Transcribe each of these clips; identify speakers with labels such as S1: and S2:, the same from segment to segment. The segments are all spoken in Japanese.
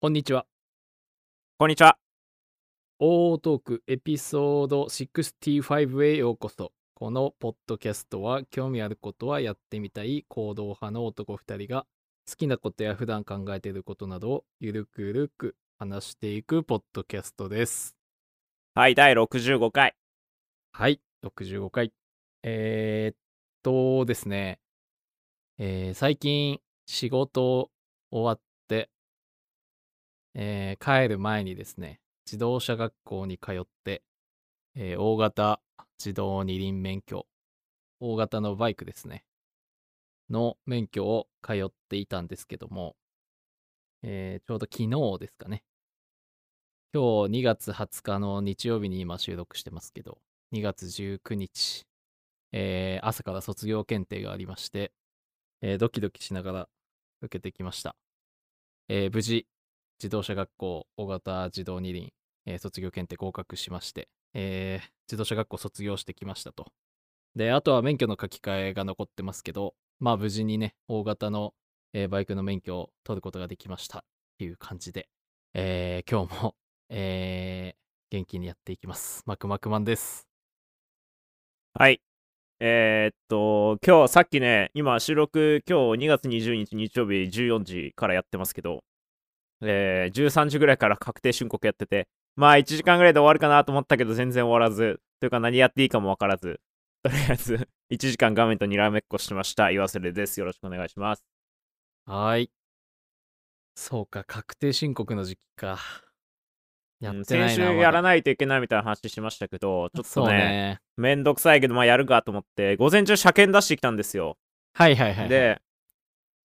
S1: こんにちは。
S2: こんにちは。
S1: 大トークエピソード65へようこそ。このポッドキャストは興味あることはやってみたい行動派の男2人が好きなことや普段考えていることなどをゆるくゆるく話していくポッドキャストです。
S2: はい、第65回。
S1: はい、65回。えー、っとですね、えー最近仕事終わって、えー帰る前にですね、自動車学校に通って、えー大型自動二輪免許、大型のバイクですね、の免許を通っていたんですけども、えーちょうど昨日ですかね。今日2月20日の日曜日に今収録してますけど、2月19日、えー朝から卒業検定がありまして、えードキドキしながら受けてきました。えー無事、自動車学校大型自動二輪、えー卒業検定合格しまして、えー自動車学校卒業してきましたと。で、あとは免許の書き換えが残ってますけど、まあ無事にね、大型の、えーバイクの免許を取ることができましたっていう感じで、えー今日も、えー元気にやっていきます。マクマクマンです。
S2: はい。えー、っと、今日さっきね、今収録、今日2月20日日曜日14時からやってますけど、えー、13時ぐらいから確定申告やってて、まあ1時間ぐらいで終わるかなと思ったけど全然終わらず、というか何やっていいかもわからず、 とりあえず1時間画面とにらめっこしてました。岩瀬です。よろしくお願いします。
S1: はーい。そうか、確定申告の時期か。やってないな。
S2: 先週やらないといけないみたいな話しましたけど、ちょっ
S1: そう
S2: とね、
S1: ね。
S2: めんどくさいけど、まあやるかと思って、午前中車検出してきたんですよ。
S1: はいはいはい。、
S2: で、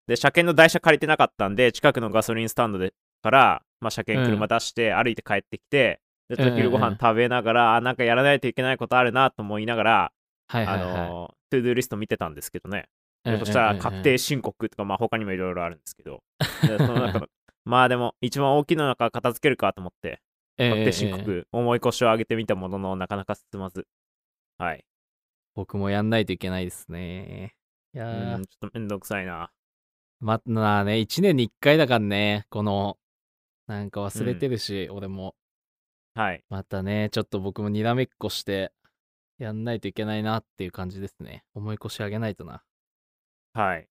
S2: で、車検の台車借りてなかったんで、近くのガソリンスタンドでから、まあ、車検車出して、歩いて帰ってきて、で、
S1: うんうんうん
S2: 昼ご飯食べながら、あ、なんかやらないといけないことあるなと思いながら、
S1: はいは
S2: あ
S1: いはい。
S2: の、トゥードゥーリスト見てたんですけどね。
S1: うんうんうんうん
S2: そしたら、確定申告とか、まあ、他にもいろいろあるんです けど、でその中の、まあでも、一番大きいの中片付けるかと思って、確定申。
S1: ええええ
S2: 告、重い腰を上げてみたものの、なかなか進まず。はい。
S1: 僕もやんないといけないですね。いやー
S2: うん、ちょっとめんどくさいな。
S1: ままあね、1年に1回だからね、この、なんか忘れてるし、俺も。
S2: はい。
S1: またね、ちょっと僕もにらめっこして、やんないといけないなっていう感じですね。思い越し上げないとな。
S2: はい。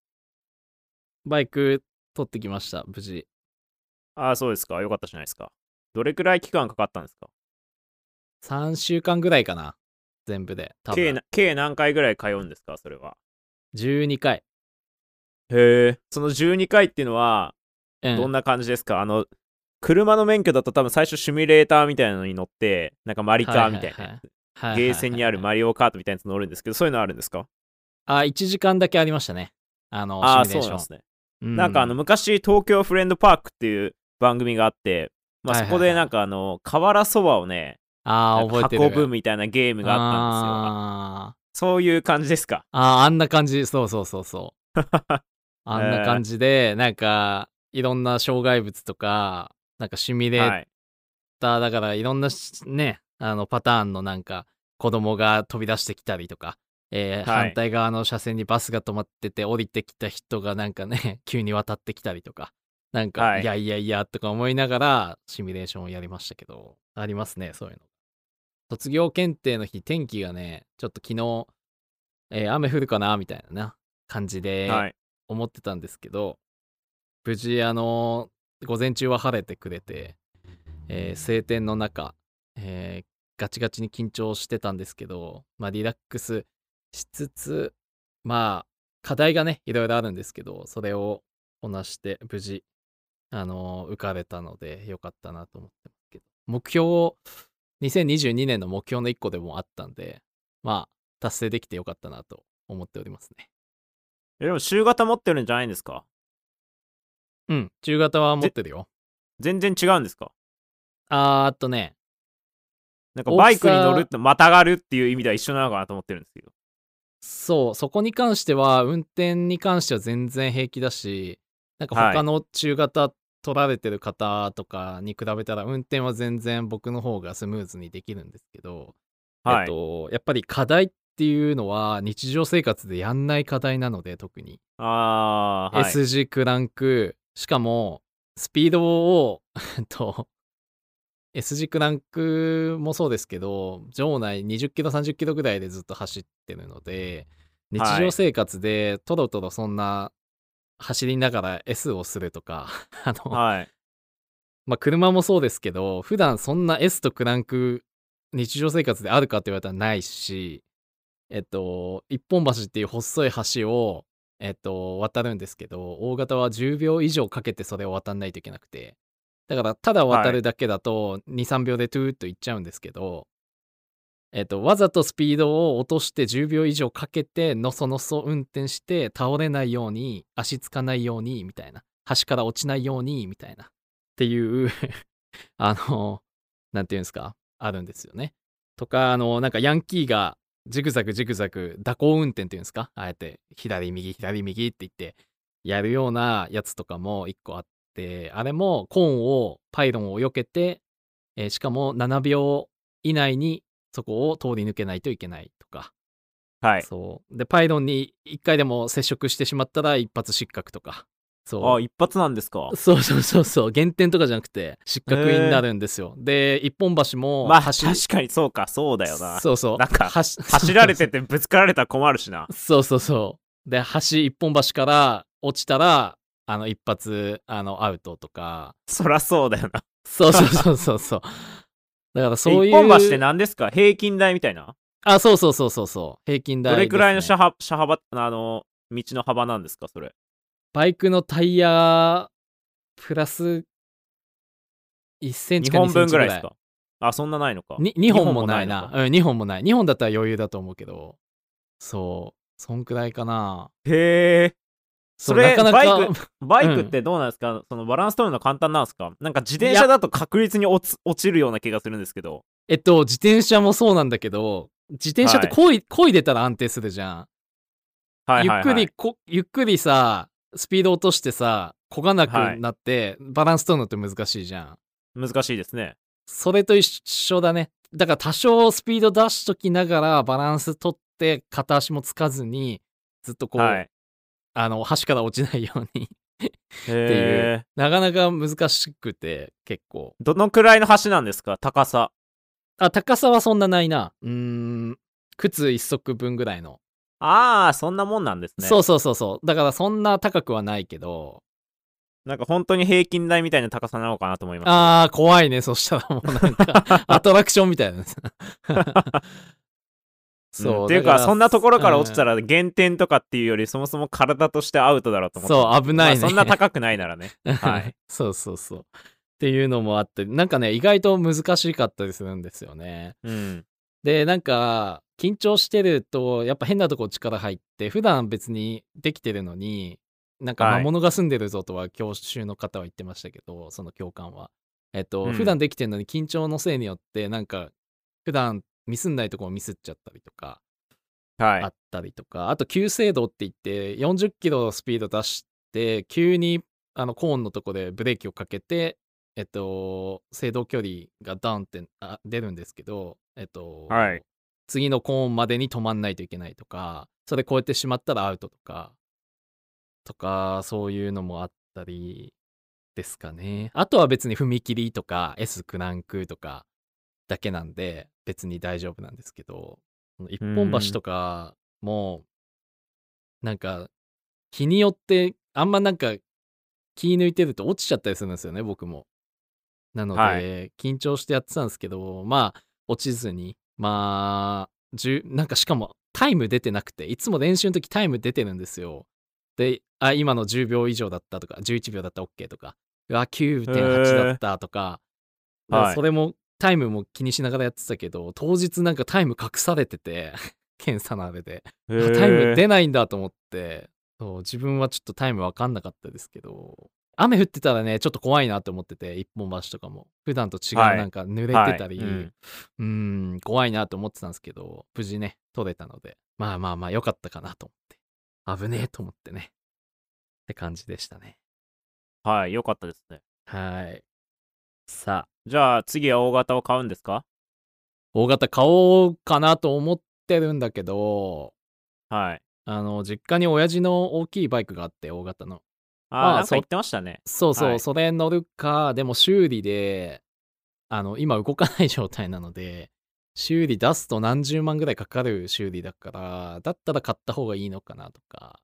S1: バイク取ってきました、無事。
S2: ああ、そうですか。よかったじゃないですか。どれくらい期間かかったんですか
S1: 3週間ぐらいかな。全部で。多
S2: 計
S1: 分
S2: な計何回ぐらい通うんですかそれは。
S1: 12回。
S2: へえ。その12回っていうのは、
S1: うん
S2: どんな感じですか、あの、車の免許だと多分最初シミュレーターみたいなのに乗って、なんかマリカーみたいなやつ。
S1: な
S2: ゲーセンにあるマリオカートみたいなやつ乗るんですけど、そういうのあるんですか
S1: あ、1時間だけありましたね。あの、
S2: ああ、
S1: シ
S2: そ
S1: ミ
S2: う
S1: ュレーシ
S2: な
S1: ョン。
S2: んですね。
S1: う
S2: なんかあの、昔、東京フレンドパークっていう番組があって、まあ、
S1: はい
S2: そ
S1: はい
S2: こでなんかあの、瓦そばをね、
S1: あ
S2: な
S1: あ、
S2: んか
S1: 覚えてる。
S2: 運ぶみたいなゲームがあったんですよ。
S1: あ
S2: そういう感じですか
S1: ーあー、あんな感じ。そうそうそう そう。あんな感じで、なんか、いろんな障害物とか、なんかシミュレ
S2: は
S1: ー
S2: い。
S1: ターだから、いろんなしね、あの、パターンのなんか、子供が飛び出してきたりとか、えー
S2: はい
S1: 反対側の車線にバスが止まってて、降りてきた人がなんかね、 急に渡ってきたりとか、なんか、
S2: はい
S1: い、やいやいやとか思いながら、シミュレーションをやりましたけど、ありますね、そういうの。卒業検定の日、天気がね、ちょっと昨日、えー雨降るかなみたいなな感じで
S2: はい。
S1: 思ってたんですけど、無事、あのー午前中は晴れてくれて、えー晴天の中、えーガチガチに緊張してたんですけど、まあ、リラックスしつつ、まあ、課題がね、いろいろあるんですけど、それをこなして、無事、あのー受かれたので、よかったなと思ってますけど、目標を、2022年の目標の1個でもあったんで、まあ、達成できてよかったなと思っておりますね。
S2: えでも、週型持ってるんじゃないんですか
S1: うん、中型は持ってるよ。
S2: 全然違うんですか
S1: あーっとね、
S2: なんか
S1: 大きさ
S2: バイクに乗るってまたがるっていう意味では一緒なのかなと思ってるんですけど。
S1: そう、そこに関しては、運転に関しては全然平気だし、なんか
S2: はい
S1: 他の中型取られてる方とかに比べたら、運転は全然僕の方がスムーズにできるんですけど、
S2: はい。
S1: えっと、やっぱり課題っていうのは、日常生活でやんない課題なので、特に。
S2: ああ、はい。
S1: S 字クランク、しかも、スピードを、 えっと、S 軸ランクもそうですけど、場内20キロ、30キロぐらいでずっと走ってるので、日
S2: はい
S1: 常生活でとろとろそんな走りながら S をするとか、 あの、
S2: はい。
S1: まあ、車もそうですけど普段そんな S とクランク日常生活であるかって言われたらないしえっと一本橋っていう細い橋をえっと渡るんですけど大型は10秒以上かけてそれを渡んないといけなくてだからただ渡るだけだと23秒でトゥーッと行っちゃうんですけど、えっとわざとスピードを落として10秒以上かけてのそのそ運転して倒れないように足つかないようにみたいな橋から落ちないようにみたいなっていう あのなんていうんですかあるんですよね。とかあのなんかヤンキーがジグザグジグザグ蛇行運転っていうんですかあえて左右左右って言ってやるようなやつとかも一個あってあれもコーンをパイロンを避けて、えーしかも7秒以内にそこを通り抜けないといけないとか、
S2: はい。
S1: そうでパイロンに1回でも接触してしまったら一発失格とかそう
S2: あ、一発なんですか。
S1: そうそうそうそう減点とかじゃなくて失格になるんですよ、で一本橋も
S2: まあ、
S1: 走
S2: 確かにそうか、そうだよな。
S1: そう そう
S2: なんか
S1: 走
S2: 走られててぶつかられたら困るし な。
S1: そうそうそうで橋一本橋から落ちたらあの一発あのアウトとか
S2: そらそうだよな。
S1: そうそうそうそうそう だから
S2: え
S1: そういう
S2: 一本橋って何ですか平均台みたいな。
S1: あそうそうそうそうそう平均台
S2: どれくらいの
S1: ですね
S2: 車幅、車幅、あの、道の幅なんですか、それ。
S1: バイクのタイヤプラス1センチ
S2: 2
S1: か2
S2: 本
S1: セン
S2: 分
S1: チぐ
S2: ぐら
S1: ら
S2: い
S1: い
S2: ですか。あ、そんなないのか。
S1: に2本もないな
S2: 二本もないの
S1: うん2本もない2本だったら余裕だと思うけどそうそんくらいかな
S2: へえ。
S1: う
S2: それ
S1: なかなか
S2: バイバイ
S1: う
S2: ク
S1: ん
S2: ってどうなんですか、そのバランス取るの簡単なんですかなんか自転車だと確率に落ち落ちるような気がするんですけど。
S1: えっと自転車もそうなんだけど自転車って
S2: はい
S1: こい、漕いでたら安定するじゃん、
S2: はいはい、はい。
S1: ゆっくりこゆっくりさスピード落としてさ漕がなくなって、バランス取るのって難しいじゃん
S2: 難しいですね。
S1: それと一緒だねだから多少スピード出しときながらバランス取って片足もつかずにずっとこう、
S2: はい。
S1: あの橋から落ちないように
S2: へえ。
S1: なかなか難しくて結構
S2: どのくらいの橋なんですか高さ。
S1: あ高さはそんなないなうーん靴一足分ぐらいの、
S2: ああ、そんなもんなんですね。
S1: そうそうそうそうだからそんな高くはないけど
S2: なんか本当に平均台みたいな高さなのかなと思います。
S1: あー怖いねそしたらもうなんか アトラクションみたいな
S2: うん
S1: そう
S2: っていうか、そんなところから落ちた
S1: ら、
S2: ら減点とかっていうより、そもそも体としてアウトだろうと思ってた
S1: そう危ないね
S2: まあそんな高くないならね。
S1: うん
S2: はい
S1: そうそうそうっていうのもあってなんかね意外と難しかったりするんですよね
S2: うん。
S1: でなんか緊張してるとやっぱ変なとこ力入って普段別にできてるのになんか
S2: はい
S1: 魔物が住んでるぞとは教習の方は言ってましたけどその教官は。えっと、
S2: うん
S1: 普段できてるのに緊張のせいによってなんか普段ミスんないとこをミスっちゃったりとか
S2: はい
S1: あ。ったりとか、あと急制度って言って40キロのスピード出して急にあのコーンのとこでブレーキをかけてえっと制動距離がダーンってあ出るんですけどえっと、
S2: はい
S1: 次のコーンまでに止まんないといけないとかそれ超えてしまったらアウトとかとかそういうのもあったりですかねあとは別に踏切とか S クランクとかだけなんで別に大丈夫なんですけどその一本橋とかもなんか日によってあんまなんか気抜いてると落ちちゃったりするんですよね僕も。なので、
S2: は
S1: 緊張してやってたんですけどまあ落ちずにまあ10なんかしかもタイム出てなくていつも練習の時タイム出てるんですよ。であ今の10秒以上だったとか11秒だった OK とかうわ9.8だったとか、だから
S2: はい
S1: それもタイムも気にしながらやってたけど当日なんかタイム隠されてて 検査のあれで
S2: タ
S1: あタイム出ないんだと思ってそう自分はちょっとタイム分かんなかったですけど雨降ってたらねちょっと怖いなと思ってて一本橋とかも普段と違う
S2: はい
S1: なんか濡れてたり、
S2: はいうん
S1: うーん怖いなと思ってたんですけど無事ね取れたのでまあまあまあ良かったかなと思って危ねえと思ってねって感じでしたね
S2: はい、よかったですね。
S1: はいさあ
S2: じゃあ次は大型を買うんですか
S1: 大型買おうかなと思ってるんだけど
S2: はい。
S1: あの実家に親父の大きいバイクがあって大型の
S2: あー、
S1: あ
S2: なんか
S1: そう
S2: 言ってましたね。
S1: そうそう、
S2: はい
S1: それ乗るか、でも修理で、あの、今動かない状態なので、修理出すと何十万ぐらいかかる修理だから、だったら買った方がいいのかなとか、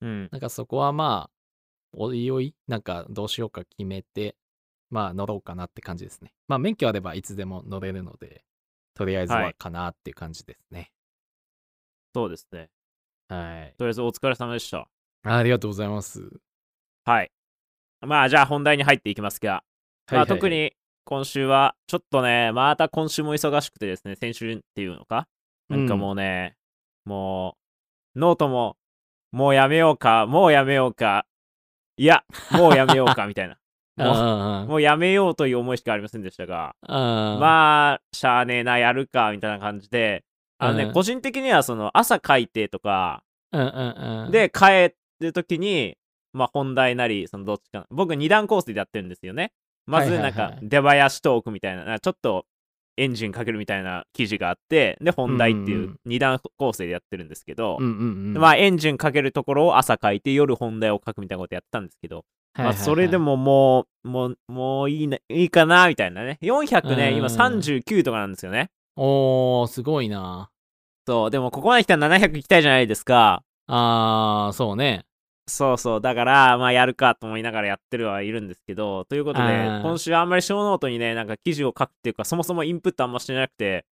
S2: うん。
S1: なんかそこはまあ、おいおい、なんかどうしようか決めて、まあ乗ろうかなって感じですね。まあ免許あればいつでも乗れるので、とりあえず
S2: は
S1: はいかなっていう感じですね。
S2: そうですね。
S1: はい。
S2: とりあえずお疲れ様でした。
S1: ありがとうございます。
S2: はい。まあ、じゃあ本題に入っていきますが、まあ、特に今週は、ちょっとね、また今週も忙しくてですね、先週っていうのか、なんかもうね、もう、ノートも、もうやめようか、もうやめようか、いや、もうやめよう か、みたいな。もう、
S1: もう、
S2: もうやめようという思いしかありませんでしたが、
S1: まあ、
S2: まあ、しゃあねえな、やるか、みたいな感じで、あのね、
S1: うん
S2: 個人的には、その、朝書いてとか、
S1: うんうんうん。、
S2: で、帰るときに、まあ、本題なり、そのどっちかな。僕、二段構成でやってるんですよね。まず、
S1: はいは
S2: ないん
S1: はい
S2: か、出囃子トークみたいな、なんかちょっとエンジンかけるみたいな記事があって、で、本題って
S1: うん
S2: い
S1: うんう
S2: うん二段構成でやってるんですけど、
S1: うんうんうん。
S2: まあ、エンジンかけるところを朝書いて、夜本題を書くみたいなことやってたんですけど、
S1: はいはいはい
S2: まあ、それで、ももう、もう、もういいな、いいかな、みたいなね。400ね、今
S1: うん
S2: 39とかなんですよね。
S1: おー、すごいな。
S2: そう、でも、ここまで来たら700行きたいじゃないですか。
S1: あー、そうね。
S2: そうそう。だから、まあ、やるかと思いながらやってるはいるんですけど、ということで、
S1: あー
S2: 今週あんまり小ノートにね、なんか記事を書くっていうか、そもそもインプットあんましてなくて、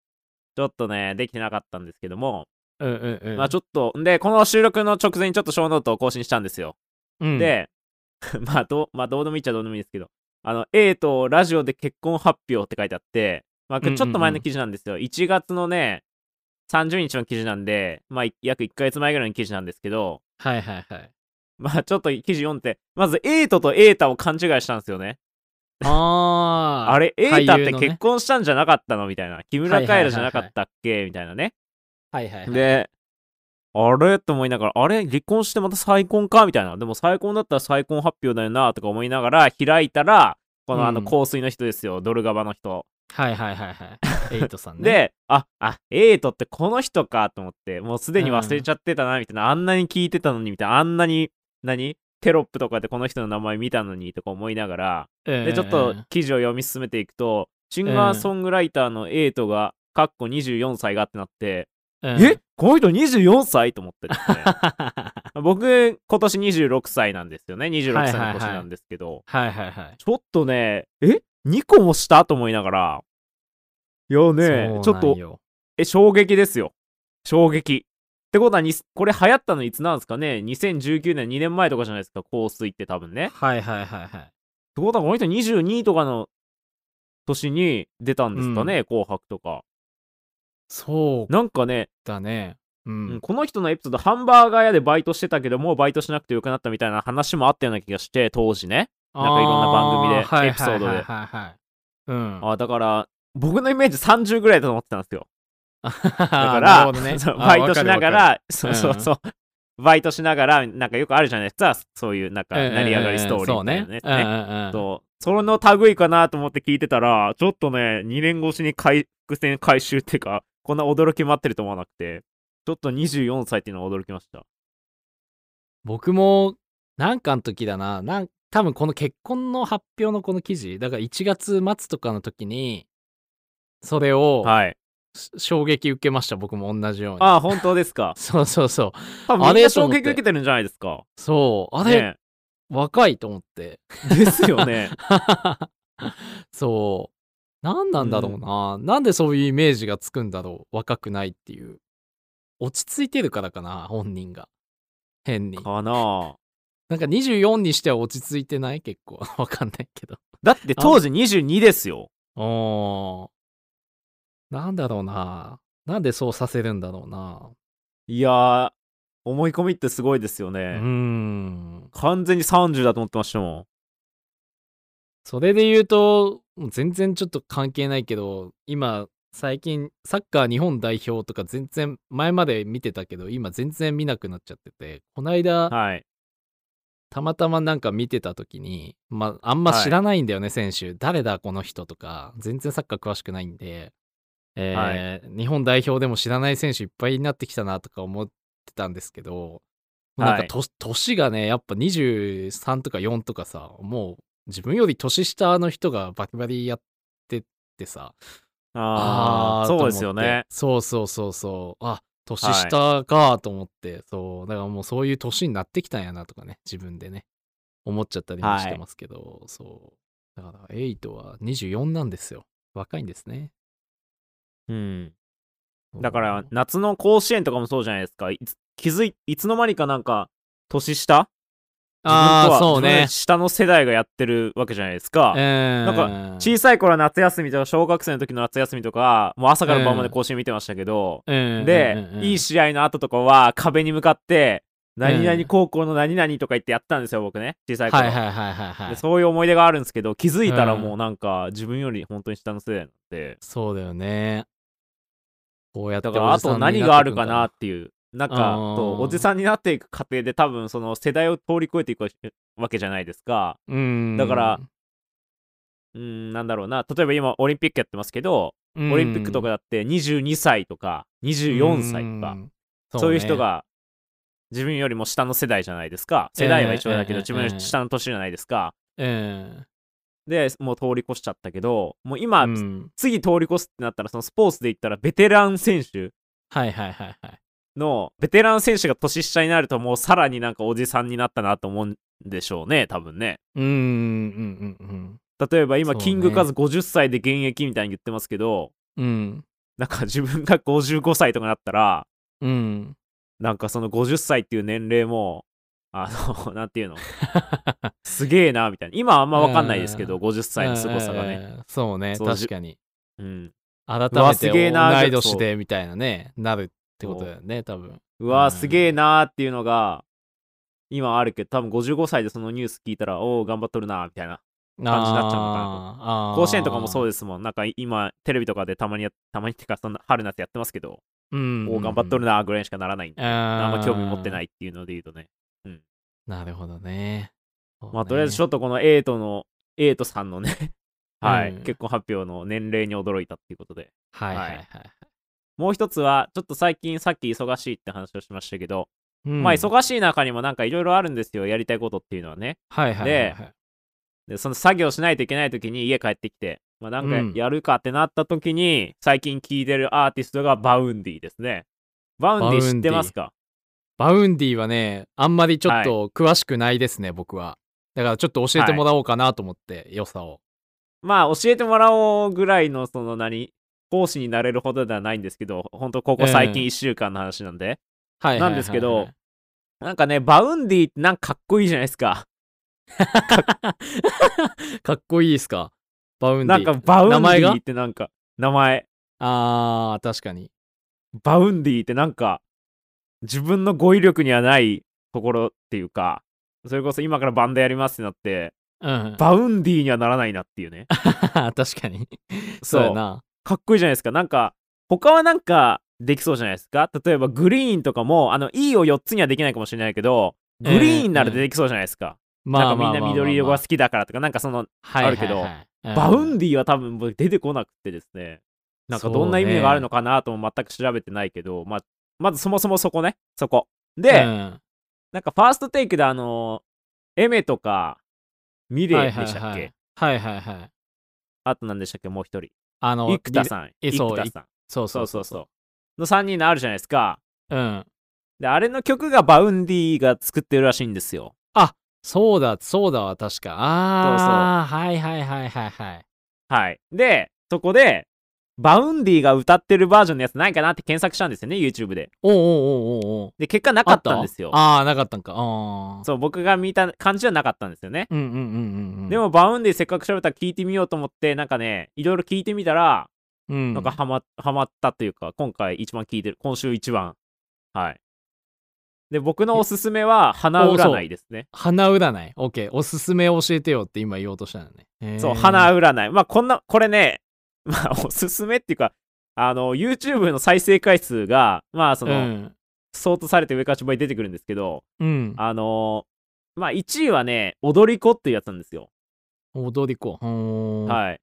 S2: ちょっとね、できてなかったんですけども、
S1: うんうんうん。
S2: まあ、ちょっと、んで、この収録の直前にちょっと小ノートを更新したんですよ。
S1: うん、
S2: で、 まあ、どう、まあ、どうでもいいっちゃどうでもいいんですけど、あの、A とラジオで結婚発表って書いてあって、まあ、これちょっと前の記事なんですよ。1月のね、30日の記事なんで、まあ、い約1ヶ月前ぐらいの記事なんですけど、
S1: はいはいはい。
S2: まあちょっと記事読んで、まずエイトとエータを勘違いしたんですよね。
S1: あー、
S2: あれ、エ
S1: 俳優
S2: イタっ
S1: の
S2: て
S1: ね
S2: 結婚したんじゃなかったのみたいな。木村カエラじゃなかったっけみたいなね。
S1: はいはいはい。
S2: で、あれと思いながら、あれ離婚してまた再婚かみたいな。でも再婚だったら再婚発表だよなとか思いながら開いたら、このあの
S1: うん
S2: 香水の人ですよ、ドルガバの人。
S1: はいはいはいはい。エイトさんね。、
S2: で、あ、あ、エイトってこの人かと思って、もうすでに忘れちゃってたな、みたいな、あんなに聞いてたのに、みたいな、あんなに、何テロップとかでこの人の名前見たのに、とか思いながら、で、ちょっと記事を読み進めていくと、シンガーソングライターのエイトが、かっこ24歳がってなって、
S1: うん、
S2: えこの人24歳と 思ってですね僕、今年26歳なんですよね。26歳の年なんですけど、
S1: はいはいはい。
S2: ちょっとね、え ?2 個もしたと思いながら、いやね、ち
S1: そう
S2: ょっ
S1: なん
S2: と
S1: よ
S2: え、衝撃ですよ。衝撃。ってことはに、これ流行ったのいつなんですかね ?2019 年、2年前とかじゃないですか、香水って多分ね。っ
S1: はいはいはいはい。
S2: てことは、この人22とかの年に出たんですかね、紅白とか。
S1: そう
S2: なんかね、
S1: だね。う
S2: うん
S1: ん。
S2: この人のエピソード、ハンバーガー屋でバイトしてたけど、もうバイトしなくてよくなったみたいな話もあったような気がして、当時ね。
S1: あー
S2: なんかいろんな番組で
S1: はいはいはい
S2: エピソードで
S1: はいはいはい。うん。
S2: あだから、僕のイメージ30ぐらいだと思ってたんですよ。
S1: だ
S2: だか
S1: なる
S2: ら、
S1: ほどね
S2: そう
S1: あ
S2: バイトし
S1: わか
S2: なが
S1: るわかる
S2: ら、そうそうそう、バイトしながら、なんかよくあるじゃないですか、そういうなんか、
S1: うんうんうん
S2: 成り上がりストーリーみたいなね。
S1: そうね。うん
S2: ね
S1: うんうん
S2: そうその類かなと思って聞いてたら、ちょっとね、2年越しに回伏線回収っていうか、こんな驚き待ってると思わなくて、ちょっと24歳っていうのは驚きました。
S1: 僕もなんかの時だななん多分この結婚の発表のこの記事だから1月末とかの時にそれを
S2: はい。
S1: し衝撃受けました僕も同じように。
S2: ああ、本当ですか
S1: そうそうそう
S2: 多
S1: あ
S2: 分みんな
S1: れと思
S2: 衝
S1: って
S2: 撃受けてるんじゃないですか。
S1: そうあれ、
S2: ね
S1: 若いと思って
S2: ですよね。
S1: そう何なんだろうな、なんでそういうイメージがつくんだろう若くないっていう落ち着いてるからかな本人が変に
S2: かなあ
S1: なんか24にしては落ち着いてない結構 わかんないけど
S2: だって当時22ですよ。
S1: おーなんだろうな。なんでそうさせるんだろうな。
S2: いやー、思い込みってすごいですよね。
S1: うーん。
S2: 完全に30だと思ってましたもん。
S1: それで言うと、もう全然ちょっと関係ないけど、今、最近、サッカー日本代表とか全然、前まで見てたけど、今全然見なくなっちゃってて、この間、
S2: はい。
S1: たまたまなんか見てた時に、まあ、あんま知らないんだよね、選手。誰だ、この人とか、全然サッカー詳しくないんで、えー日本代表でも知らない選手いっぱいになってきたなとか思ってたんですけど、なん
S2: は
S1: か
S2: い
S1: と、年がね、やっぱ23とか4とかさ、もう自分より年下の人がバキバキやってってさ、
S2: ああ
S1: ーと
S2: そう
S1: 思
S2: ですよね
S1: って。そうそうそうそう。あ、年下かと思って、そう、だからもうそういう年になってきたんやなとかね、自分でね、思っちゃったりもしてますけど、そう。だから、エイトは24なんですよ。若いんですね。
S2: うんだから
S1: そう
S2: 夏の甲子園とかもそうじゃないですかいつ気づいいつの間にかなんか年下
S1: ああ、
S2: 自分とは
S1: そう
S2: 自分よ
S1: ね
S2: り。下の世代がやってるわけじゃないですか、
S1: な
S2: なん小さい頃は夏休みとか小学生の時の夏休みとかもう朝から晩まで甲子園見てましたけど、で、いい
S1: し、
S2: 試合の後とかは壁に向かって何
S1: う
S2: 々
S1: ん
S2: 高校の何々とか言ってやってたんですよ僕ね小さい頃、
S1: はいはいはいはいはい
S2: で。そういう思い出があるんですけど気づいたら
S1: うん
S2: もうなんか自分より本当に下の世代なんで
S1: そうだよね。こうやって
S2: だからあと何があるかなっていうなんか
S1: うん
S2: とおじさんになっていく過程で多分その世代を通り越えていくわけじゃないですか
S1: おじさんになってくんだな。うん。
S2: だから、うんなんだろうな例えば今オリンピックやってますけど
S1: うん
S2: オリンピックとかだって22歳とか24歳とか、
S1: ん
S2: そういう人。
S1: ね
S2: が自分よりも下の世代じゃないですか世代は一緒だけ
S1: ええええ
S2: ど自分より下の年じゃないですか
S1: うん。
S2: でもう通り越しちゃったけどもう今、
S1: うん
S2: 次通り越すってなったらそのスポーツで言ったらベテラン選手
S1: はいはいはいはい。
S2: のベテラン選手が年下になるともうさらになんかおじさんになったなと思うんでしょうね多分ね
S1: うんうんうん
S2: 例えば今、
S1: そうね
S2: キングカズ50歳で現役みたいに言ってますけど
S1: うん。うん。
S2: なんか自分が55歳とかなったら
S1: うん。
S2: なんかその50歳っていう年齢も、あの、 なんていうの、すげえな、みたいな。今はあんま分かんないですけど、
S1: うん
S2: 50歳の凄さが
S1: うん
S2: ね。
S1: うんうん。そうね、
S2: そうじ
S1: 確かに。
S2: うん。
S1: 改
S2: うわ
S1: め
S2: す
S1: て
S2: げえな
S1: 同い
S2: そ
S1: 年
S2: う
S1: でみたいなね、なるってことだよね、多分。
S2: う
S1: う
S2: わ、
S1: ん
S2: すげえなーっていうのが、今あるけど、多分55歳でそのニュース聞いたら、おお、頑張っとるな、みたいな。感じになっちゃうのかな
S1: あー
S2: 甲子園とかもそう
S1: で
S2: ですもん。なんか今、テレビとかでたまにや、たまにっていうか、そんな春夏やってますけど、
S1: す。うん。
S2: おお、頑張っとるな、ぐらいにしかならないんで、
S1: あ
S2: あんま興味持って
S1: い
S2: ないっていうので言うとね。
S1: なるほどね。
S2: まあ、とりあえずち
S1: ょ
S2: ょっとこのエイトの、エイトさんのね、はい、
S1: うん
S2: 結婚発表の年齢に驚いたっていうことで。
S1: はいはいは
S2: はい
S1: い。
S2: もう一つは、ちょっと最近さっき忙しいって話をしましたけど、ま
S1: ま
S2: あ忙しい中にもなんかいろいろあるんですよ、やりたいことっていうのはね。
S1: はいはいはいはい。
S2: で、その作業しないといけない時に家帰ってきて、まあなんか
S1: うん
S2: やるかってなった時に、最近聴いてるアーティストがバウンディですね。バウンディ知ってますか
S1: バウンディはね、あんまりちょっと詳しくないですね、僕は。だからちょっと教えてもらおうかなと思って、良さを。
S2: まあ教えてもらおうぐらいの、その何、講師になれるほどではないんですけど、ほんとここ最近
S1: ええ
S2: 1週間の話なんで。
S1: はいはいはいはい
S2: なんですけど、なんかね、バウンディってなんかかっこいいじゃないですか。
S1: かっこいいですかバウンデ
S2: な
S1: ィ。
S2: んかバウンデ
S1: 名前
S2: ィ
S1: が
S2: ってなんか、名前。
S1: あー、確かに。
S2: バウンディってなんか自分の語彙力にはないところっていうかそれこそ今からバンドやりますってなって
S1: うん。
S2: バウンディにはならないなっていうね
S1: 確かに。 そうやな。
S2: かっこいいじゃないですかなんか他はなんかできそうじゃないですか例えばグリーンとかもあの E を4つにはできないかもしれないけどグリーンならできそうじゃないですか、
S1: まあ
S2: なんかみんな緑色が好きだからとかなんかそのあるけどバウン
S1: デ
S2: ディは多分僕出てこなくてですねなんかどんな意味があるのかなとも全く調べてないけど、まあ、まずそもそもそこねそこで、
S1: うん
S2: なんかファーストテイクであのエメとかミレ
S1: は
S2: イ
S1: い
S2: でした
S1: は
S2: っ
S1: い
S2: け、
S1: はい。はいはいはい。
S2: あと何でしたっけもう一人
S1: あの、
S2: 生田さん
S1: え
S2: 生
S1: そう
S2: 田さん
S1: そう
S2: そ
S1: そうう
S2: そ
S1: そうう
S2: そ
S1: そう
S2: の3人のあるじゃないですか
S1: う。うん。
S2: であれの曲がバウンディが作ってるらしいんですよ
S1: そうだ、そうだわ、確か。ああ、はいはいはいはいはい。
S2: はいでそこでバウンディが歌ってるバージョンのやつないかなって検索したんですよね YouTube で
S1: おうおうおうおうおう。
S2: で結果なかったんですよ
S1: ああ、なかったんか。ああ。
S2: そう僕が見た感じはなかったんですよね、
S1: うんうんうんうんうん。
S2: で、もバウンディせっかく調べたら聞いてみようと思ってなんかねいろいろ聞いてみたら
S1: うん、
S2: なんかハマハマったというか、今回一番聞いてる、今週一番。はい。で、僕のおすすめは、花占いですね。
S1: 花占い。オッケー。おすすめ教えてよって今言おうとしたのね。へー
S2: そう、花占い。まあ、こんな、これね、 まあ、おすすめっていうか、あの、YouTube の再生回数が、まあ、その、ソートされて上から順番に出てくるんですけど、
S1: うん。うん。
S2: あのまあ、1位はね、踊り子っていうやつなんですよ。
S1: 踊り子。は
S2: はい。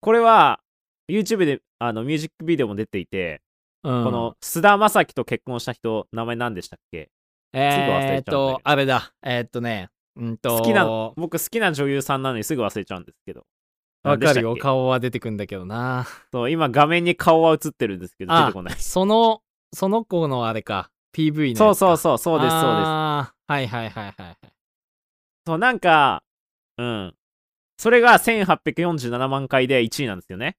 S2: これは、YouTube で、あの、ミュージックビデオも出ていて、
S1: い。うん、
S2: この、、菅田将暉と結婚した人、名前何でしたっけ
S1: えー、
S2: 忘れ
S1: っ
S2: ちゃうんだけど
S1: と、あれだ。えーっとね、うんと、
S2: 好きな僕好きな女優さんなのにすぐ忘れちゃうんですけど
S1: わかる
S2: 何
S1: よ。
S2: でしたっけ
S1: 顔は出てくんだけどな。
S2: そう今画面に顔は映ってるんですけど出てこない
S1: その、その子のあれか、PV のやつ
S2: そう
S1: か。
S2: そうそうそうですそうです
S1: あーはいはいはいはいはい。
S2: そうなんかうんそれが1847万回で1位なんですよね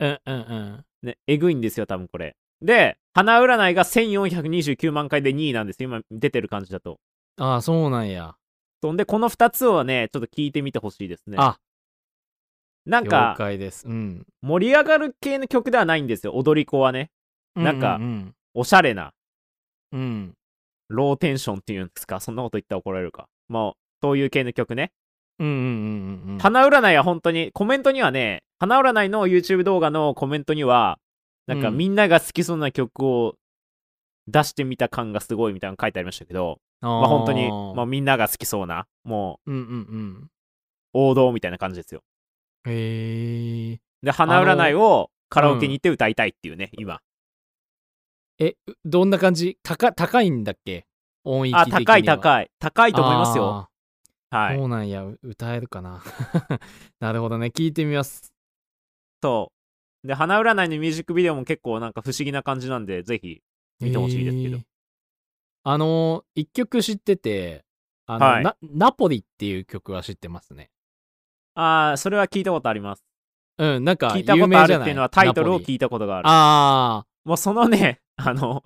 S1: うんうんうん。
S2: ねえぐいんですよ多分これで花占いが1429万回で2位なんですよ今出てる感じだと
S1: ああ、そうなんや。
S2: そんでこの2つをねちょっと聞いてみてほしいですね
S1: あ、
S2: なん
S1: 了
S2: か
S1: 解です。うん。
S2: 盛り上がる系の曲ではないんですよ踊り子はねなんか
S1: うん
S2: おしゃれな
S1: うんうん、うん。
S2: ローテンションっていうんですかそんなこと言ったら怒られるかまあそういう系の曲ね
S1: うんうんうんうんうん。
S2: 花占いは本当にコメントにはね花占いの YouTube 動画のコメントにはなんか
S1: うん
S2: みんなが好きそうな曲を出してみた感がすごいみたいなの書いてありましたけどまあ本当にまあ、みんなが好きそうなもう
S1: うんうん
S2: 王道みたいな感じですよ
S1: うん。へえ。
S2: で花占いをカラオケに行って歌いたいっていうね、今
S1: え、うどんな感じ高高いんだっけ音域
S2: あ
S1: 的には。
S2: 高い
S1: い。
S2: 高い高いと思いますよはい
S1: そうなんや、う歌えるかな。 なるほどね、聞いてみます。
S2: そう。で、花占いのミュージックビデオも結構なんか不思議な感じなんで、ぜひ見てほしいですけど。
S1: へーあのー、一曲知ってて、あの、
S2: はい
S1: なナポリっていう曲は知ってますね。
S2: ああ、それは聞いたことあります。
S1: うん、なんか
S2: 聞いたこ
S1: 有
S2: とあ
S1: 名
S2: る
S1: じゃない
S2: っていうのはタイトルを聞
S1: い
S2: いたことがある。
S1: あ
S2: もうそのね、 あの、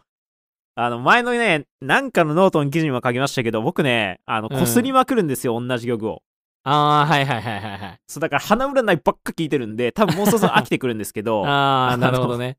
S2: あの前のね、なんかのノートの記事にも書きましたけど、僕ね、あの、
S1: うん
S2: こすりまくるんですよ、同じ曲を。
S1: あ、ああ、はいはいはいはいはい。
S2: そう、だから花占いばっか聞いてるんで、多分もうそろそろ飽きてくるんですけ ど、
S1: ああ、
S2: あの
S1: なるほどね。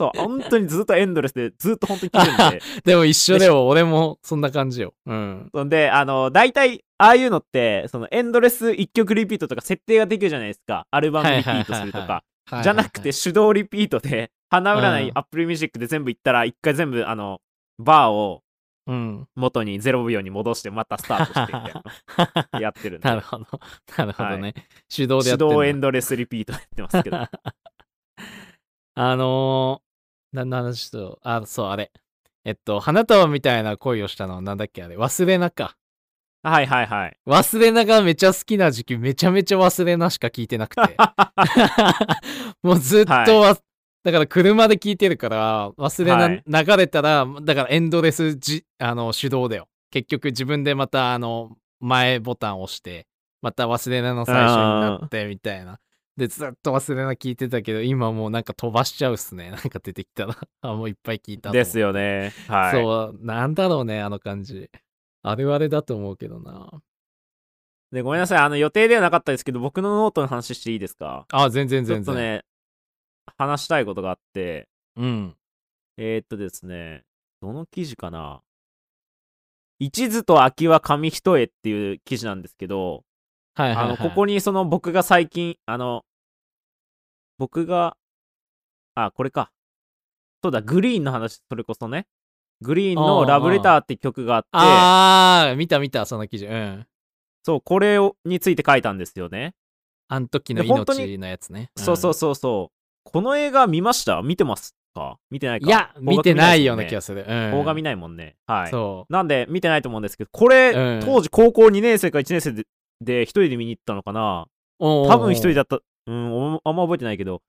S2: そう、本当にずっとエンドレスで、ずっと本当に聞いてる んで。
S1: でも一緒でも俺もそんな感じよ。うん。
S2: そんで、あの、大体、ああいうのって、その、エンドレス1曲リピートとか設定ができるじゃないですか。アルバムリピートすると
S1: はいはいはいは
S2: か。じゃなくて、手動リピートで、花占い、
S1: うん
S2: アップルミュージックで全部行ったら、一回全部、あの、バーを
S1: うん。
S2: 元に0秒に戻して、またスタートしてみたいなの やってるんで
S1: なる。ほど。なるほどね。手動でや
S2: 手
S1: ってんだ
S2: 動エンドレスリピートやってます けど。
S1: あのー、何の話と、あ、そう、あれ。えっと、花束みたいな恋をしたのはなんだっけあれ。忘れなか。
S2: はいはいはい。
S1: 忘れながめちゃ好きな時期、めちゃめちゃ忘れなしか聞いてな くて。もうずっとわ、だから車で聞いてるから、忘れな、
S2: はい
S1: 流れたら、だからエンドレスじ、あの、手動だよ。結局自分でまた、あの、前ボタンを押して、また忘れなの最初になって、みたいな。で、ずっと忘れな聞いてたけど、今もうなんか飛ばしちゃうっすね。なんか出てきたら。 あ、もういっぱい聞いたと思う
S2: ですよね。はい。
S1: そう、なんだろうね、あの感じ。あれはあれだと思うけどな。
S2: で、ごめんなさい。あの、予定ではなかったですけど、僕のノートの話していいですか
S1: あ、全然
S2: ちょっ
S1: 全
S2: と
S1: 然。
S2: ね、話したいことがあって、
S1: うん。
S2: えー、っとですね、どの記事かな一途と秋は紙一重っていう記事なんですけど、
S1: はいはい、
S2: あ
S1: はい。
S2: の、ここにその僕が最近、あの、僕が、あ、これか。そうだ、グリーンの話、それこそね。グリーン
S1: あ
S2: の
S1: ー
S2: ラブレターって曲があって、
S1: ああ、見た見た、その記事。うん。
S2: そう、これをについて書いたんですよね。
S1: あん時の
S2: で本当に
S1: 命のやつね。
S2: そうそうそうそう。この映画見ました見てますか見てない
S1: うん。
S2: か
S1: いや、見てないような気が
S2: す
S1: する。
S2: る。
S1: うん。
S2: 邦画見ないもんね。はい。
S1: そ
S2: なんで見てないと思うんですけど、これ、
S1: うん
S2: 当時高校2年生か1年生でで一人で見に行ったのかな
S1: う。おうおうおう
S2: 多分一人だった、うん、おあんま覚えてないけど、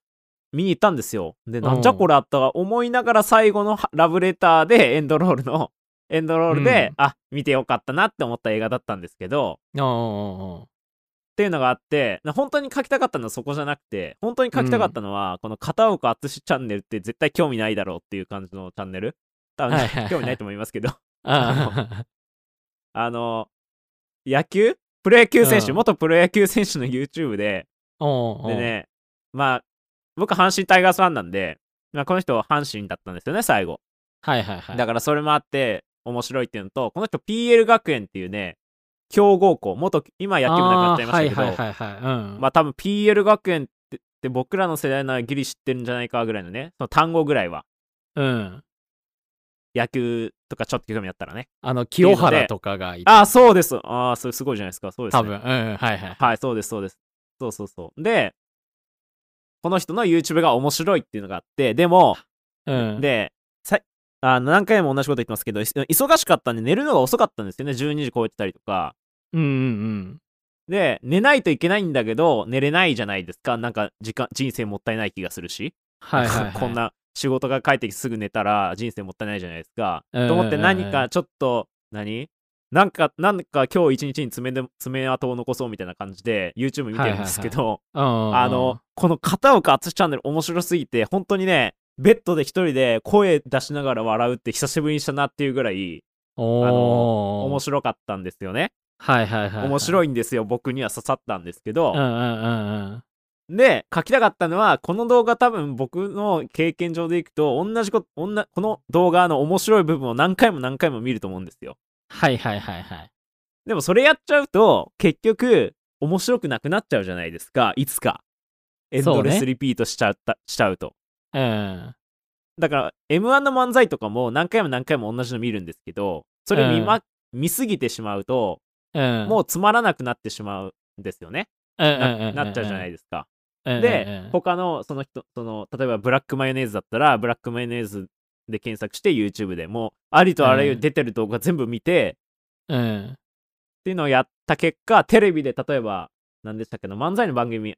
S2: 見に行ったんですよ。で、なんじゃこれあったか思いながら最後のはラブレターでエンドロールの、エンドロールで、
S1: うん
S2: あ、見てよかったなって思った映画だったんですけど、っ
S1: おうおうおう
S2: ていうのがあって、な本当に書きたかったのはそこじゃなくて、本当に書きたかったのは、この片岡敦チャンネルって絶対興味ないだろうっていう感じのチャンネル多分、
S1: はいはいはい
S2: 興味ないと思いますけど、
S1: あ
S2: あの、野球プロ野球選手、
S1: うん
S2: 元プロ野球選手の YouTube で、
S1: あ。 おうおう
S2: で。ね、まあ、僕、阪神タイガースファンなんで、まあ、この人、阪神だったんですよね、最後。
S1: はいはいはい。
S2: だから、それもあって、面白いっていうのと、この人、PL 学園っていうね、強豪校、元、今野球部なくなっちゃいましたけど、
S1: あーはいはいはいはい。うん。
S2: まあ、多分 PL 学園って、って僕らの世代ならギリ知ってるんじゃないかぐらいのね、その単語ぐらいは、
S1: うん。
S2: 野球とかちょっと興味あったらね。
S1: あの、清原とかがいた。
S2: ああ、そうです。ああ、それすごいじゃないですか、そうです、ね。
S1: 多分。うん。はいはい。
S2: はい、そうです、そうです。そうそうそう。で、この人の YouTube が面白いっていうのがあって、でも、
S1: うん。、
S2: で、さあの何回も同じこと言ってますけど、い忙しかったんで寝るのが遅かったんですよね。12時超えてたりとか。
S1: うんうん
S2: で、寝ないといけないんだけど、寝れないじゃないですか。なんか時間、人生もったいない気がするし。
S1: はいはい、はい。
S2: こん。な仕事が帰ってきてすぐ寝たら人生もったいないじゃないですか。
S1: うんうん
S2: と思って何かちょっと、何なんか、なんか今日一日に爪で爪痕を残そうみたいな感じで YouTube 見てるんですけど、
S1: うん。
S2: あの、、この片岡敦チャンネル面白すぎて、本当にね、ベッドで一人で声出しながら笑うって久しぶりにしたなっていうぐらい
S1: おー
S2: あの面白かったんですよね。
S1: はいはいはい。
S2: 面
S1: い。
S2: 白いんですよ、僕には刺さったんですけど
S1: うん。うんうんうん。
S2: で、書きたかったのは、この動画多分僕の経験上でいくと、同じこと、おんなこの動画の面白い部分を何回も何回も見ると思うんですよ。
S1: はいはいはいはい。
S2: でもそれやっちゃうと、結局、面白くなくなっちゃうじゃないですか、いつか。エンドレ
S1: そう
S2: ス
S1: ね
S2: リピートしちゃった、しちゃうと。
S1: うん。
S2: だから、M1 の漫才とかも何回も何回も同じの見るんですけど、それ見ま、見すぎてしまうと、
S1: うん。
S2: も
S1: う、
S2: うつまらなくなってしまうんですよね。ななっちゃうじゃない
S1: で
S2: ですか。
S1: す
S2: で、他のその人その例えばブラックマヨネーズだったらブラックマヨネーズで検索して YouTube でもうありとあら
S1: う
S2: ゆる
S1: ん
S2: 出てる動画全部見て、っ
S1: うん。
S2: ていうのをやった結果テレビで例えば何でしたっけの漫才の番組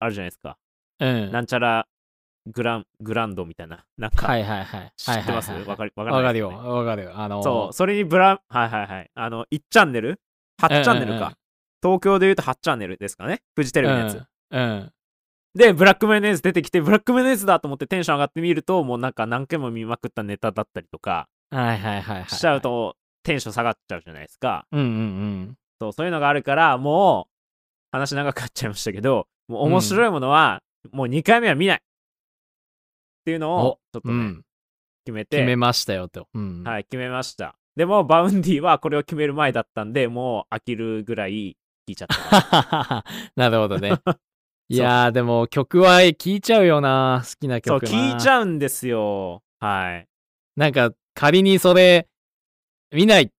S2: あるじゃないですか、
S1: うん。
S2: なんちゃらグラングランドみたいななんか
S1: はいはいはい。
S2: 知ってますわ、
S1: はいはいはい
S2: かりわか
S1: わ
S2: らな
S1: か
S2: い
S1: る
S2: です
S1: よ。
S2: ね、
S1: わかるよ。あのー、
S2: そうそれにブラはいはいはいあの1チャンネル8チャンネルか、
S1: うんうんうん
S2: 東京でいうと8チャンネルですかねフジテレビのやつ、
S1: うん。うん。
S2: で、ブラックマヨネーズ出てきて、ブラックマヨネーズだと思ってテンション上がってみると、もうなんか何回も見まくったネタだったりとか
S1: はいはいはいはい。
S2: しちゃう。と、テンション下がっちゃうじゃないですか。
S1: うんうん
S2: そう、そういうのがあるから、もう、話長くなっちゃいましたけど、もう面白いものは、もう2回目は見ないっていうのを
S1: お、
S2: ちょっと
S1: う
S2: ね、
S1: ん。うん。
S2: 決めて、
S1: 決めましたよと。うん。い。
S2: はい、決めました。でも、バウンディはこれを決める前だったんで、もう飽きるぐらい聞いちゃった。
S1: なるほどね。いやー、でも曲は聴いちゃうよな。好きな
S2: そう、
S1: 曲な。
S2: 聞いち
S1: う。
S2: ゃうんですよ。はい。
S1: なんか、仮にそれ、見ない、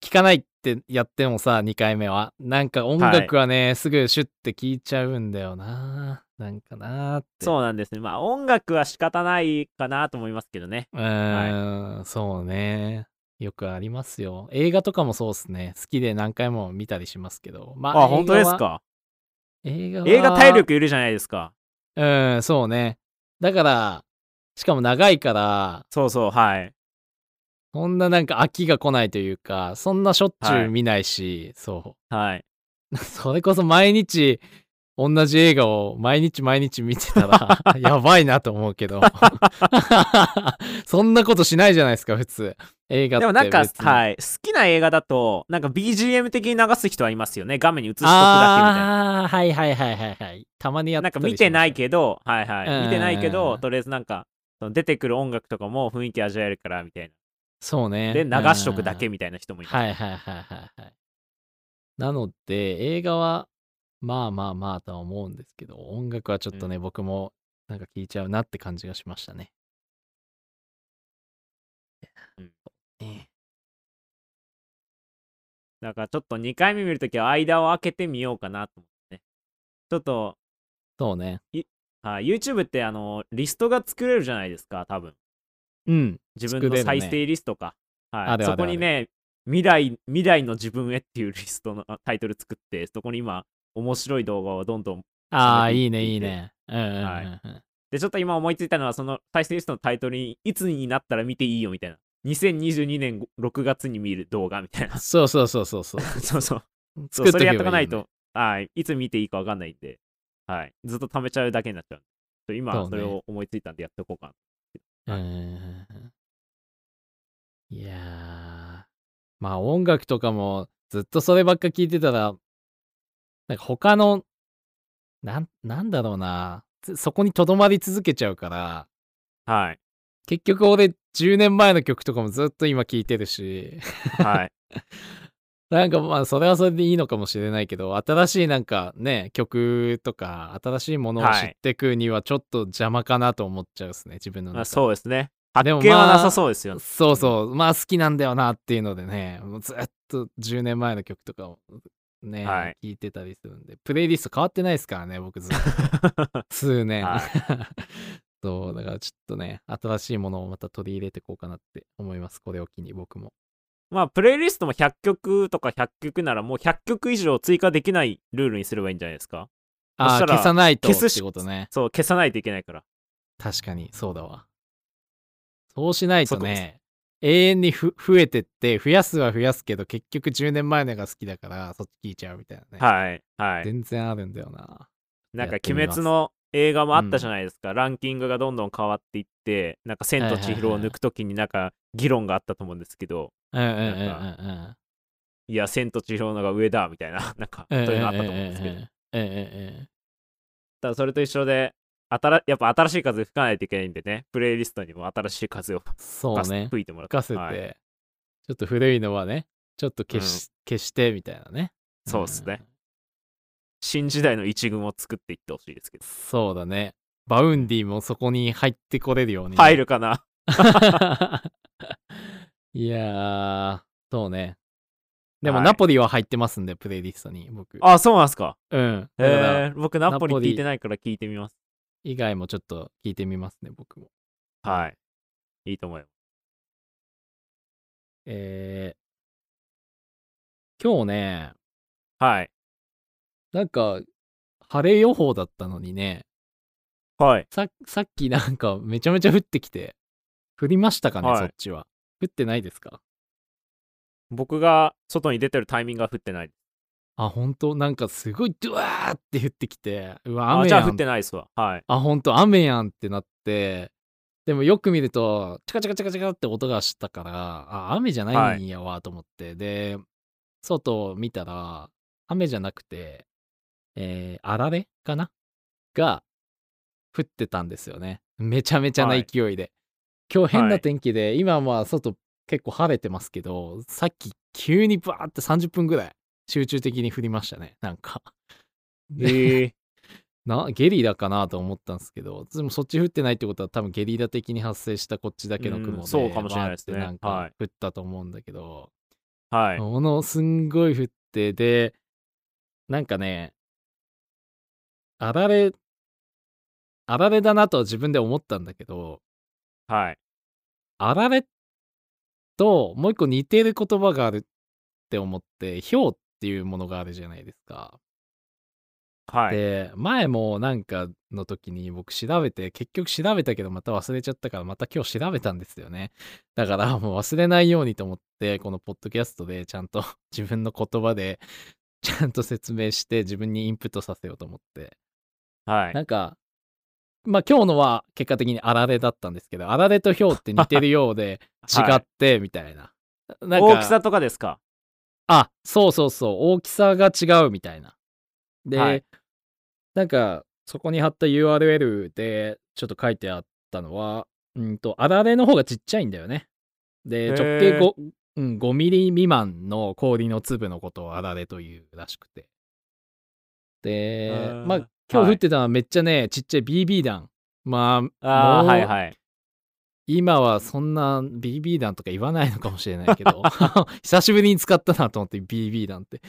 S1: 聴かないってやってもさ、2回目は。なんか音楽はね、すぐシュッて聴いちゃうんだよな。なんかなーって。
S2: そうなんですね。まあ音楽は仕方ないかなと思いますけどね。
S1: うーん、そうね。よくありますよ。映画とかもそうですね。好きで何回も見たりしますけど。ま
S2: あ、本当ですか。
S1: 映画は
S2: 映画体。力いるじゃないですか。
S1: うん、そうね。だから、しかも長いから、
S2: そうそう、はい。
S1: そんななんか飽きが来ないというか、そんなしょっちゅう見ないし、そ
S2: はい。
S1: う。 それこそ毎日、同じ映画を毎日毎日見てた ら、やばいなと思うけど。そんなことしないじゃないですか、普通。映画って
S2: でもなんか、
S1: 別に
S2: はい、好きな映画だと、なんか BGM 的に流す人はいますよね。画面に映しとくだけみたいな。
S1: ああー、はいはいはいはいはい。たまにやった
S2: な
S1: り
S2: ん
S1: し
S2: か
S1: ます
S2: 見てないけど、はい
S1: うんうん
S2: は
S1: う
S2: い。
S1: ん
S2: 見てないけど、とりあえずなんか、その出てくる音楽とかも雰囲気味わえるからみたい
S1: そうね。
S2: な。で、流しとくだけ
S1: うん
S2: みたいな人もいます。
S1: はいはいはいはいはい。なので、映画は、まあまあまあとは思うんですけど、音楽はちょっとね、僕もなんか聴いちゃうなって感じがしましたね。
S2: うん
S1: ね
S2: だからちょっと2回目見るときは間を空けてみようかなと思ってね。ちょっと、
S1: そうね。
S2: はい、YouTube ってあのリストが作れるじゃないですか、多分
S1: うん。
S2: 自分の
S1: 作れるね
S2: 再生リストか。
S1: あ
S2: はい、
S1: るあるあ
S2: そ
S1: る
S2: こにね未来、未来の自分へっていうリストのあタイトル作って、そこに今、面白い動画をどんどん。
S1: ああ、
S2: それで
S1: いいね
S2: い
S1: い
S2: い
S1: い
S2: ね
S1: ね。うんうんうんうん、
S2: はで、ちょっと今思いついたのは、その再生リストのタイトルに、いつになったら見ていいよみたいな。2022年6月に見る動画みたいな。
S1: そうそうそうそうそう。
S2: そうそう。 そ
S1: 作
S2: う
S1: っと
S2: そ
S1: け
S2: れ
S1: ば
S2: や
S1: い
S2: っ
S1: い
S2: とか
S1: よ
S2: な
S1: ね
S2: いと、はい、いつ見ていいかわかんないんで、はい、ずっと貯めちゃうだけになっちゃうんでちょ。
S1: そう
S2: 今、
S1: ね
S2: それを思いついたんでやっておこうかな。
S1: うーんいやーまあ音楽とかもずっとそればっか聞いてたらなんか他のなんなんだろうなつそこにとどまり続けちゃうから
S2: はい、
S1: 結局俺10年前の曲とかもずっと今聞いてるし
S2: はい、
S1: なんかまあそれはそれでいいのかもしれないけど新しいなんかね曲とか新しいものを知ってくにはちょっと邪魔かなと思っちゃうですね自分の中
S2: まあ
S1: で
S2: そうですね。
S1: で
S2: 発
S1: も
S2: 見は
S1: まあ
S2: なさそうですよね。
S1: そうそう、まあ好きなんだよなっていうのでね、もうずっと10年前の曲とかをね、
S2: はい
S1: 聞いて たりするんで、プレイリスト変わってないですからね、僕ずっと数年。
S2: は
S1: そう、だからちょっとね、新しいものをまた取り入れていこうかなって思います。これを機に僕も。
S2: まあ、プレイリストも100曲とか100曲ならもう100曲以上追加できないルールにすればいいんじゃないですかそ
S1: あ
S2: し
S1: あ、
S2: たら
S1: 消さないとっ
S2: 消すして
S1: ことね。
S2: そう、消さないといけないから。
S1: 確かに、そうだわ。そうしないと
S2: そこです
S1: ね、永遠にふ増えてって、増やすは増やすけど、結局10年前のが好きだから、そっち聞いちゃうみたいなね。
S2: はい、はい。
S1: 全然あるんだよな。
S2: なんか
S1: やっ、てみ
S2: 鬼
S1: ます
S2: 滅の映画もあったじゃないですか。ランキングがどんどん変わっていって、なんか、千と千尋を抜くときになんか、議論があったと思うんですけど、
S1: うんうんうんうん
S2: なんいや、千と千尋のが上だ、みたいな、 なんか、そう
S1: うん。
S2: いうのあったと思うんですけ
S1: う
S2: ど。
S1: んうんうんうん
S2: ただそれと一緒で、新やっぱ新しい風吹かないといけないんでね、プレイリストにも新しい風を
S1: そうね。
S2: 吹いてもらって。
S1: かせて、
S2: はい
S1: ちょっと古いのはね、ちょっと消し,、消してみたいなね。
S2: そうですね
S1: ん。
S2: 新時代の一軍を作っていってほしいですけど。
S1: そうだね。バウンディもそこに入ってこれるように、
S2: 入るかな
S1: いやー、そうね。でも、
S2: はい
S1: ナポリは入ってますんで、プレイリストに、僕。
S2: あ、そうなんですか。
S1: うん。だから、
S2: えー、僕、ナポリ
S1: ナポリ
S2: 聞いてないから聞いてみます。
S1: 以外もちょっと聞いてみますね、僕も。
S2: はい。いいと思います。
S1: えー、今日ね、
S2: はい。
S1: なんか、晴れ予報だったのにね、
S2: はい。
S1: ささっきなんかめちゃめちゃ降ってきて、降りましたかね、
S2: はい
S1: そっちは。降ってないですか
S2: 僕が外に出てるタイミングが降ってない。
S1: あ、本当なんかすごいドワーって降ってきて、うわ、
S2: あ、
S1: 雨
S2: じ
S1: や
S2: ゃあ
S1: ん
S2: 降ってないですわ。 はい。
S1: あ、ほんと、雨やんってなって、でもよく見ると、チャカチャカチャカチャカって音がしたから、あ、雨じゃないんやわと思って、で、外を見たら、雨じゃなくて、えーあられかなが降ってたんですよね。めちゃめちゃな
S2: はい
S1: 勢いで。今日変
S2: は
S1: ない天気で、今は外結構晴れてますけど、さっき急にバーって30分ぐらい集中的に降りましたね、なんか。
S2: えー、
S1: なゲリラかなと思ったんですけどでもそっち降ってないってことは多分ゲリラ的に発生したこっちだけの
S2: う
S1: 雲
S2: ん
S1: で
S2: そうかもしれないですね
S1: バーってなん
S2: は
S1: か
S2: い
S1: 降ったと思うんだけど、
S2: はい。
S1: ものすんごい降ってでなんかねあられあられだなと自分で思ったんだけど
S2: はい。
S1: あられともう一個似てる言葉があるって思ってひょうっていうものがあるじゃないですか。
S2: はい。
S1: で前もなんかの時に僕調べて結局調べたけどまた忘れちゃったからまた今日調べたんですよねだからもう忘れないようにと思ってこのポッドキャストでちゃんと 自分の言葉でちゃんと説明して自分にインプットさせようと思って
S2: はい。
S1: なんかまあ今日のは結果的にあられだったんですけどあられとひょうって似てるようで違
S2: はい
S1: ってみたいな,、なんか
S2: 大きさとかですか
S1: あそうそうそう大きさが違うみたいな。で、
S2: はい
S1: なんかそこに貼った URL でちょっと書いてあったのはうんとあられの方がちっちゃいんだよね。で
S2: へー
S1: 直径 5,、うん、5ミリ未満の氷の粒のことをあられというらしくて。で
S2: ー
S1: まあ今日降
S2: は
S1: っ
S2: い
S1: てたのはめっちゃね、ちっちゃい BB 弾。まあ
S2: ああ、
S1: もう
S2: はいはい。
S1: 今はそんな BB 弾とか言わないのかもしれないけ ど久しぶりに使ったなと思って BB 弾って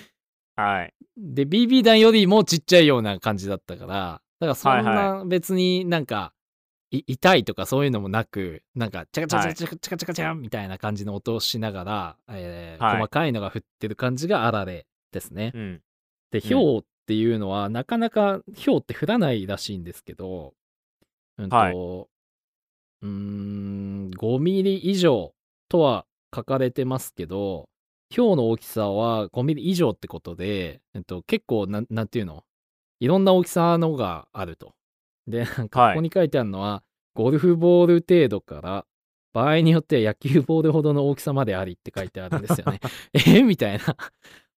S2: はい。
S1: で BB 弾よりもちっちゃいような感じだったからだからそん
S2: は
S1: な別になんか、い痛いとかそういうのもなくなんかチャカチャカチャカチャカチャカチャみたいな感じの音をしながら、えー
S2: はい
S1: 細かいのが降ってる感じがあられですね。
S2: うん。
S1: で氷っていうのはなかなか氷って降らないらしいんですけど、うんと
S2: はいう
S1: ーん5ミリ以上とは書かれてますけど氷の大きさは5ミリ以上ってことで、えっと、結構なんなんていうのいろんな大きさのがあると。でなんか
S2: はい
S1: ここに書いてあるのは、ゴルフボール程度から場合によっては野球ボールほどの大きさまでありって書いてあるんですよね。 えみたいな。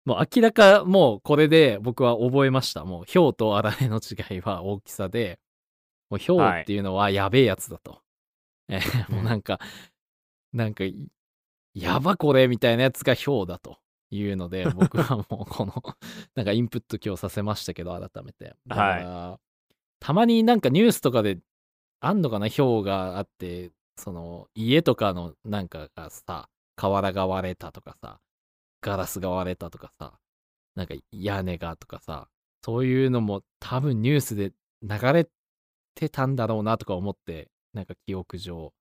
S1: もう明らかもうこれで僕は覚えました。もうひょうとあられの違いは大きさで、もうひょうっていうのはやべえやつだと。えーもうなんか、なんかい、やばこれみたいなやつがひょうだというので、僕はもうこの、 なんかインプット今日させましたけど、改めて。だからたまになんかニュースとかであんのかな、ひょうがあって、その家とかのなんかがさ、瓦が割れたとかさ、ガラスが割れたとかさ、なんか屋根がとかさ、そういうのも多分ニュースで流れてたんだろうなとか思って、なんか記憶上。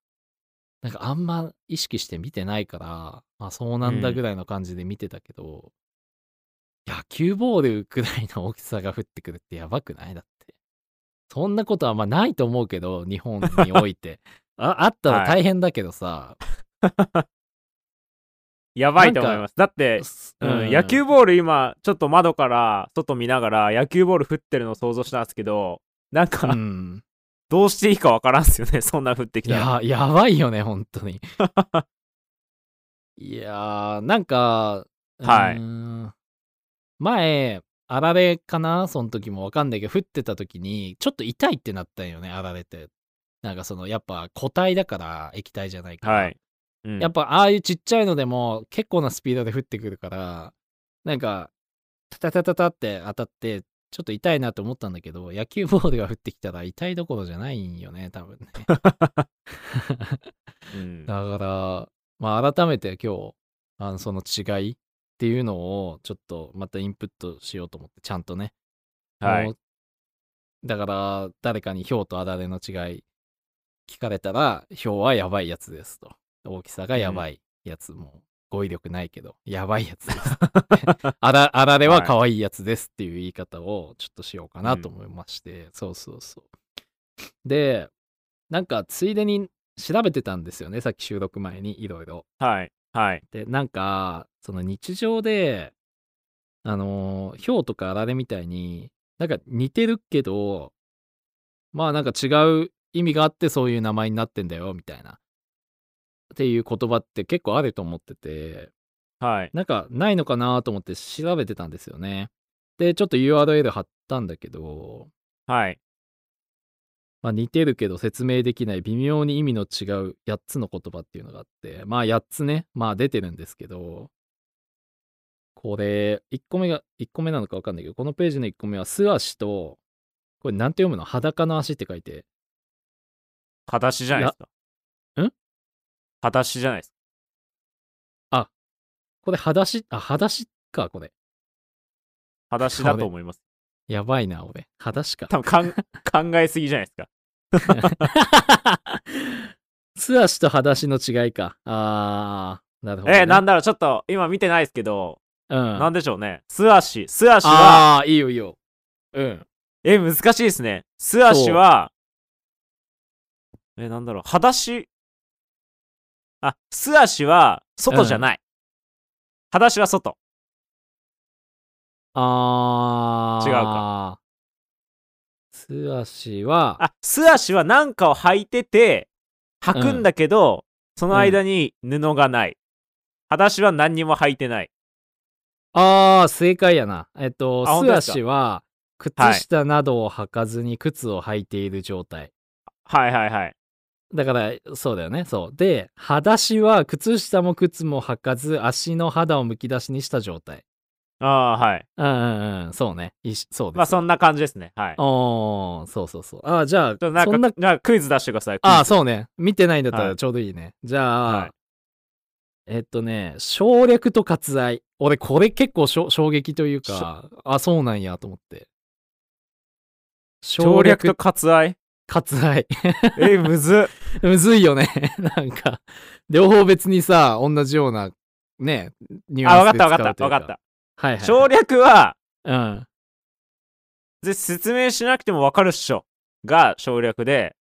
S1: なんかあんま意識して見てないから、まあそうなんだぐらいの感じで見てたけど、野球ボールくらいの大きさが降ってくるってやばくないだって。そんなことはまあないと思うけど、日本におい て。ああったら大変だけどさ、
S2: やばいと思います。だって、
S1: す
S2: うん野球ボール今、ちょっと窓から外見ながら、野球ボール振ってるのを想像したんですけど、なんか、
S1: うん、
S2: どうしていいかわからんっすよね、 そんな降ってき
S1: い
S2: たら。
S1: ややばいよね本当 にいやーなんか
S2: はいう
S1: ーん前あられかなその時もわかんないけど降ってた時にちょっと痛いってなったんよねあられってなんかそのやっぱ固体だから液体じゃないから、
S2: はい。うん
S1: やっぱああいうちっちゃいのでも結構なスピードで降ってくるからなんかタタタタタって当たってちょっと痛いなと思ったんだけど野球ボールが降ってきたら痛いどころじゃないんよね多分ね
S2: うん
S1: だから、まあ、改めて今日あのその違いっていうのをちょっとまたインプットしようと思ってちゃんとね、
S2: は
S1: も。
S2: いう
S1: だから誰かにヒョウとアダレの違い聞かれたらヒョウはやばいやつですと大きさがやばいやつ、もう語彙力ないけどやばいやつです アダアダレは可愛いやつですっていう言い方をちょっとしようかなと思いまして、そうそうそうでなんかついでに調べてたんですよねさっき収録前にいろいろ
S2: はい。はい。
S1: でなんかその日常であのひょうとかあられみたいになんか似てるけどまあなんか違う意味があってそういう名前になってんだよみたいなっていう言葉って結構あると思ってて
S2: はい。
S1: なんかないのかなと思って調べてたんですよねでちょっと URL 貼ったんだけど
S2: はい。
S1: まあ、似てるけど説明できない微妙に意味の違う8つの言葉っていうのがあってまあ8つねまあ出てるんですけどこれ1個目が1個目なのか分かんないけどこのページの1個目は「素足」とこれなんて読むの「裸の足」って書いて
S2: 裸足じゃないですか。
S1: いやん
S2: 裸足じゃないですか。
S1: これ「裸足」あ「裸足」かこれ
S2: 裸足だと思 います。
S1: やばいな俺「裸足」か
S2: 多分かん 考えすぎじゃないですか。
S1: 素足と裸足の違いかあーなるほど、ね、
S2: えー、なんだろう、ちょっと今見てないですけど、
S1: うん
S2: なんでしょうね。素足。素足は、
S1: ああいいよいいようん
S2: えー、難しいですね。素足は、えー、なんだろう、裸足。あ、素足は、外じゃない。裸足は外。
S1: あー
S2: 違う
S1: か。素足は、
S2: あ、素足は何かを履いてて、履くんだけど、その間に布がない。裸足は何にも履いてない。
S1: あー、正解やな。えっと、
S2: あ本
S1: 素
S2: 当ですか
S1: 足は、
S2: はい
S1: 靴下などを履かずに靴を履いている状態。
S2: はいはいはい。
S1: だから、そうだよね。そう。で、裸足は、靴下も靴も履かず、足の肌をむき出しにした状態。
S2: ああ、はい。
S1: うんうんうん、そうね。いしそうです。
S2: まあそんな感じですね。はい。ちょ
S1: おー、そうそうそう。あー、じゃあ、
S2: っとなん
S1: そ
S2: か
S1: んな
S2: じゃあクイズ出してください。クイズ
S1: ああ、そうね。見てないんだった
S2: は
S1: ら
S2: い
S1: ちょうどいいね。じゃあ、
S2: はい
S1: えっとね、省略と割愛。俺、これ結構しょ衝撃というか、あ、そうなんやと思って。省
S2: 省略と
S1: 略と
S2: 割愛。
S1: 割愛。
S2: えー、むずっ。
S1: むずいよね。 なんか、両方別にさ、同じような、ね、ニュ
S2: あ、
S1: アン
S2: わ
S1: ス
S2: か
S1: で使う
S2: ったわかった
S1: という
S2: わかった。
S1: はいはい、はい。
S2: 省略は、
S1: うん。
S2: ぜ説明しなくてもわかるっしょ。が省略で、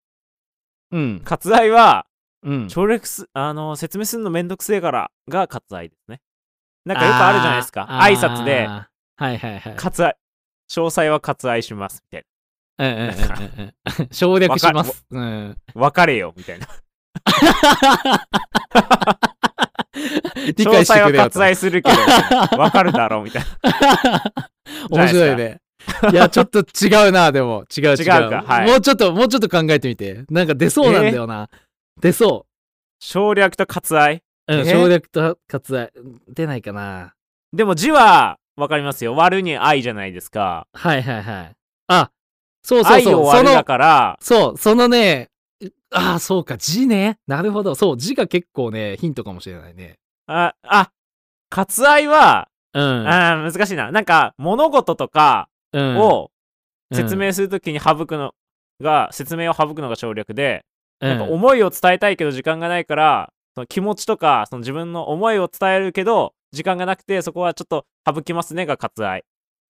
S1: うん。
S2: 割愛は、
S1: うん。
S2: 省略す、あの、説明するのめんどくせえからが割愛ですね。なんかよくあるじゃないですか。
S1: あー
S2: 挨拶で、
S1: あーはいはいはい。
S2: 割愛。詳細は割愛します。みたい
S1: うんうんうんうんうん。省略します。うん。
S2: な。別れよ。みたいな。
S1: 理
S2: 詳
S1: 解して
S2: 細は
S1: くれよと
S2: 割愛するけど、 わかるだろ。みたいな。
S1: 面白いね。いや、ちょっと違うな、でも。違う違う。
S2: 違うかはい
S1: もうちょっと、もうちょっと考えてみて。なんか出そうなんだよな。出そ
S2: 省略と割愛。
S1: う。うん、
S2: え
S1: 省略と割愛。出ないかな。
S2: でも字は、わかりますよ。割るに愛じゃないですか。
S1: はいはいはい。あ、そうそう
S2: 愛を
S1: そう。そ
S2: 割るだ
S1: の、
S2: から、
S1: そう、そのね、ああ、そうか、字ね。なるほど。そう、字が結構ね、ヒントかもしれないね。
S2: あ、あ、割愛は、
S1: うん。
S2: あー難しいな。なんか、物事とか
S1: うん
S2: を
S1: うん
S2: 説明するときに省くの、が説明を省くのが省略で、
S1: う
S2: なんか
S1: ん
S2: 思いを伝えたいけど時間がないからその気持ちとかその自分の思いを伝えるけど時間がなくてそこはちょっと省きますねが割愛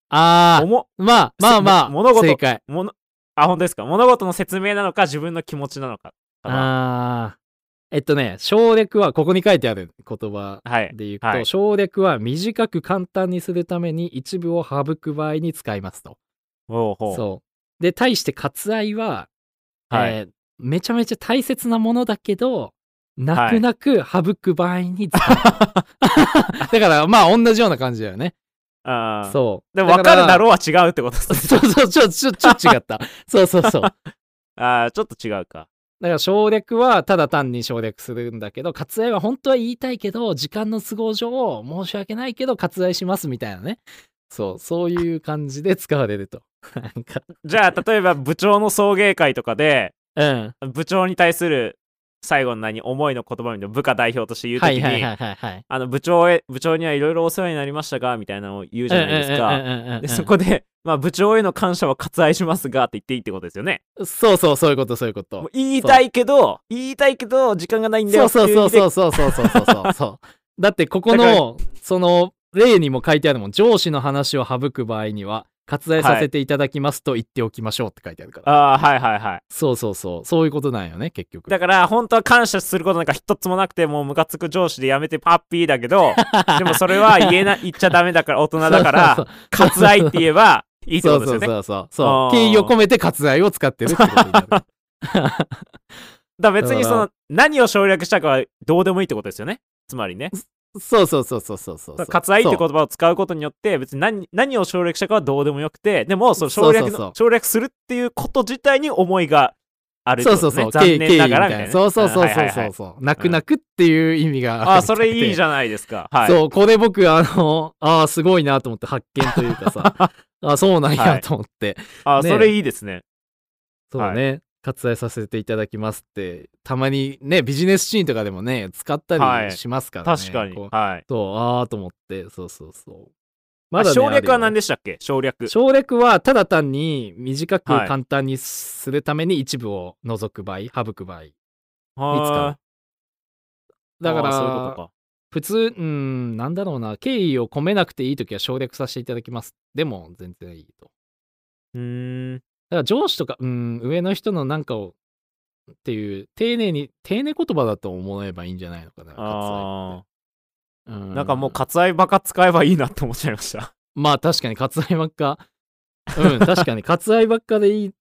S1: ああ、
S2: おも
S1: まあまあまあ、
S2: せ物事
S1: 正解。
S2: ものあ本当ですか物事の説明なのか自分の気持ちなのかか
S1: あ
S2: な
S1: あ。えっとね、省略は、ここに書いてある言葉
S2: はい
S1: で言うと、
S2: はい
S1: 省略は短く簡単にするために一部を省く場合に使いますと。
S2: ほうほう
S1: そう。で、対して割愛は、
S2: はい
S1: えーめちゃめちゃ大切なものだけど、泣く泣く省く場合に使う。 だから、まあ、同じような感じだよね。
S2: あー
S1: そう。
S2: でも分かるだ
S1: ろ
S2: ろうは違うってことです ね
S1: そうそう、ちょ、ちょ、ちょ、ちょ違った。そうそうそう。
S2: あーちょっと違うか
S1: だから省略はただ単に省略するんだけど割愛は本当は言いたいけど時間の都合上申し訳ないけど割愛しますみたいなねそうそういう感じで使われるとなんか
S2: じゃあ例えば部長の送迎会とかで
S1: うん
S2: 部長に対する最後の何思いの言葉みたいな部下代表として言うと
S1: は
S2: きに、
S1: いはいはいはいはい
S2: あの部長へ部長にはいろいろお世話になりましたがみたいなのを言うじゃないですか、
S1: うんうんうんうんうん
S2: でそこで、まあ、部長への感謝は割愛しますがって言っていいってことですよね。
S1: そうそうそういうことそういうこ
S2: もう
S1: と
S2: 言いたいけど言いたいけど時間がないんだ
S1: そ
S2: よ
S1: うそうそう
S2: う
S1: そうそうそうそうそうそうそうだってここ
S2: だ
S1: のその例にも書いてあるもん上司の話を省く場合には割愛させていただきますと言っておきましょうって書いてあるから、
S2: ああはいはいはい。
S1: そうそうそうそういうことなんよね結局
S2: だから本当は感謝することなんか一つもなくてもうムカつく上司でやめてパッピーだ けどでもそれは言えな言っちゃダメだから大人だ
S1: そ
S2: か
S1: う
S2: ら
S1: そうそう
S2: 割愛って言えばいいって
S1: そ
S2: こ
S1: う
S2: と
S1: そう
S2: ですよね。
S1: そうそうそう
S2: あー
S1: 敬意を込めて割愛を使ってるってことに なる
S2: だから別にそ
S1: だ
S2: の何を省略したかはどうでもいいってことですよね。つまりね。
S1: そうそうそうそうそうそうそう
S2: 割愛って言葉を使うことによって別に何何を省略したかはどうでもよくてでもその省略の
S1: そうそうそう
S2: 省略するっていうこと自体に思いがあるって
S1: そ
S2: こ
S1: うそ
S2: と
S1: う
S2: ですね
S1: そう敬
S2: 残
S1: 敬意
S2: 念
S1: み
S2: な
S1: た
S2: がらみたい
S1: い
S2: な
S1: なそうそうそう
S2: は
S1: そ
S2: いうはいは
S1: そう
S2: い
S1: そう泣く泣くっていう意味が
S2: あーそれいいじ
S1: ゃん
S2: ゃないですかはい
S1: そうこれ僕あのあーすごいなと思って発見というか さあそうなん
S2: は
S1: や
S2: い
S1: と思って
S2: あー
S1: ね
S2: それいいですね
S1: そうね割愛させていただきますってたまにねビジネスシーンとかでもね使った
S2: は
S1: り
S2: い
S1: しますからね
S2: 確かに
S1: こう
S2: はい
S1: そうああと思ってそうそうそう
S2: あ
S1: ね
S2: 省
S1: ある
S2: 略
S1: よ
S2: は
S1: ね
S2: 何でしたっけ省略
S1: 省略はただ単に短く
S2: はい
S1: 簡単にするために一部を除く場合省く場合
S2: はーい
S1: だか
S2: あ
S1: ら
S2: ーそういうことか
S1: 普通うんなんだろうな敬意を込めなくていい時は省略させていただきますでも全然いいと
S2: うーん
S1: だから上司とかうん上の人のなんかをっていう丁寧に丁寧言葉だと思えばいいんじゃないのかな
S2: あ
S1: 割愛ってう
S2: ーなんかもう割愛ばか使えばいいなって思っちゃいました
S1: まあ確かに割愛ばっか。うん、確かに割愛ばっかで いい。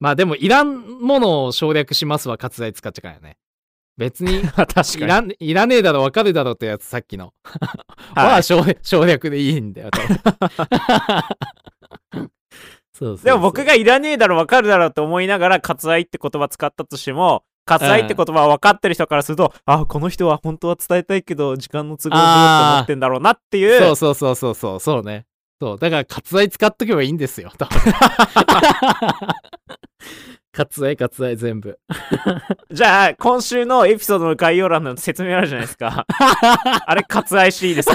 S1: まあでも、いらんものを省略しますは割愛使っちゃうからね。別に
S2: 確か
S1: い
S2: に
S1: らん、いらねえだろ、わかるだろってやつ、さっきの。
S2: はい
S1: は省略省略でいいんだよ。 多分そうそうそう
S2: でも僕、がいらねえだろ分かるだろうと思いながら割愛って言葉使ったとしても割愛って言葉は分かってる人からすると、あこの人は本当は伝えたいけど時間の都合上と思ってんだろうなっていう
S1: そうそうそうそうそう、そうね。そう、だから割愛使っとけばいいんですよ、 多分割愛、割愛、全部。
S2: じゃあ今週のエピソードの概要欄の説明あるじゃないで すかあれ割愛していいですか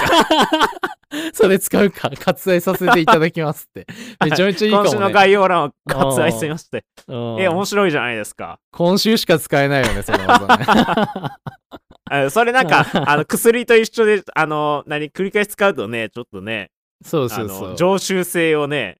S1: それ使うか割愛させていただきます って。めちゃめちゃいいかも、
S2: 今
S1: ね。
S2: 週の概要欄を割愛してみまして
S1: うん
S2: え面白いじゃないですか
S1: 今週しか使えないよね、その技ね。
S2: あそれなんかあの薬と一緒であの何繰り返し使うとねちょっとね
S1: そう
S2: あ
S1: そうそ
S2: の
S1: う。
S2: 常習性をね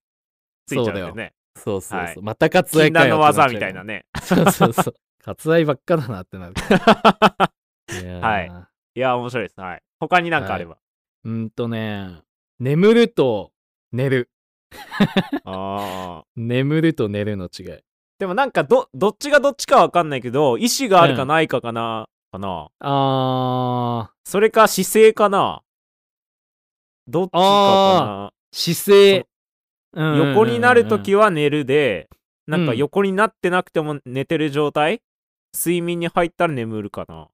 S2: ついちゃうんで
S1: そうだ
S2: ね
S1: そうそうそう。
S2: はい
S1: また割愛
S2: 禁
S1: か
S2: 断
S1: よ
S2: の技みたいな
S1: ね。
S2: ね
S1: そうそうそう。割愛ばっかだな ってなる。いやー
S2: はい。いや、面白いです。はい。他になんかあれば。
S1: うんとね、眠ると寝る。
S2: ああ。
S1: 眠ると寝るの違い。
S2: でもなんかど、どっちがどっちかわかんないけど、意思があるかないかかな、かな。
S1: あ
S2: それか姿勢かな。どっちかか
S1: ー、姿勢。
S2: な。横になるとき
S1: は、
S2: は寝るで、なんか
S1: うん
S2: 横になってなくても寝てる状態睡眠に入ったら眠るかな。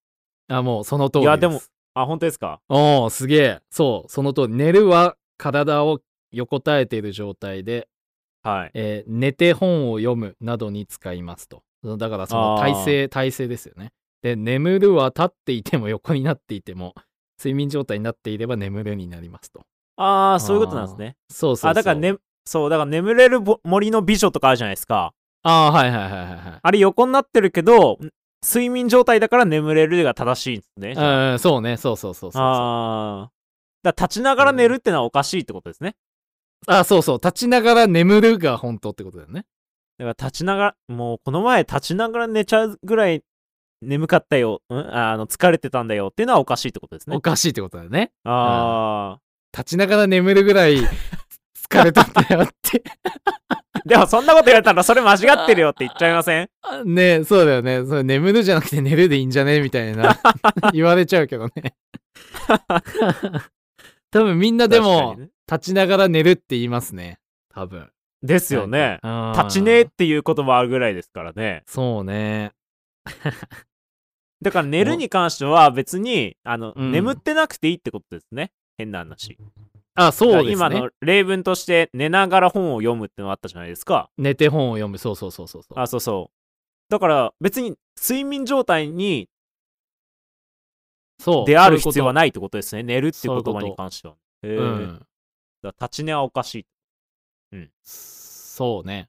S1: あ、もうその通りす。
S2: いやでもあ、本当ですか
S1: おおすげえそうその通り寝るは体を横たえている状態で、
S2: はい。
S1: えー寝て本を読むなどに使いますとそのだからその
S2: あー
S1: 体勢体勢ですよねで眠るは立っていても横になっていても睡眠状態になっていれば眠るになりますと
S2: ああ、そういうことなんですね。
S1: そうそうそう
S2: あ、だから、ね、そう、だから眠れるぼ森の美女とかあるじゃないですか。
S1: ああ、はいはいはいはいはい。
S2: あれ横になってるけど、睡眠状態だから眠れるが正しいんですね。あ
S1: うん、そうね、そうそうそうそうそう。あ
S2: あー。だから立ちながら寝るってのはおかしいってことですね。
S1: あ、そうそう、立ちながら眠るが本当ってことだよね。
S2: だから立ちながら、もうこの前立ちながら寝ちゃうぐらい眠かったよ、んあの疲れてたんだよっていうのはおかしいってことですね
S1: お。かしいってことだよね。
S2: あ
S1: 立ちながら眠るぐらい疲れたんだよって。
S2: あ。でもそんなこと言われたらそれ間違ってるよって言っちゃいません
S1: あねえそうだよね。それ眠るじゃなくて寝るでいいんじゃねみたい な言われちゃうけどね。多分みんなで
S2: 確か
S1: も
S2: にね
S1: 立ちながら寝るって言いますね。多分。
S2: ですよね。
S1: うん
S2: 立ちねえっていう言葉あるぐらいですからね。
S1: そうね。
S2: だから寝るに関しては別にあの、
S1: うん
S2: 眠ってなくていいってことですね。変な話。
S1: あ、そうですね。
S2: だから今の例文として寝ながら本を読むってのあったじゃないですか。
S1: 寝て本を読む。そうそうそうそうそう。
S2: あ、そうそう。だから別に睡眠状態に
S1: そう。
S2: である必要は
S1: ない。
S2: ないってことですね。寝るって
S1: そうい
S2: 言
S1: うこと
S2: 葉に関しては。へえ
S1: う
S2: だか
S1: ん。
S2: ら立ち寝はおかしい。
S1: そうね。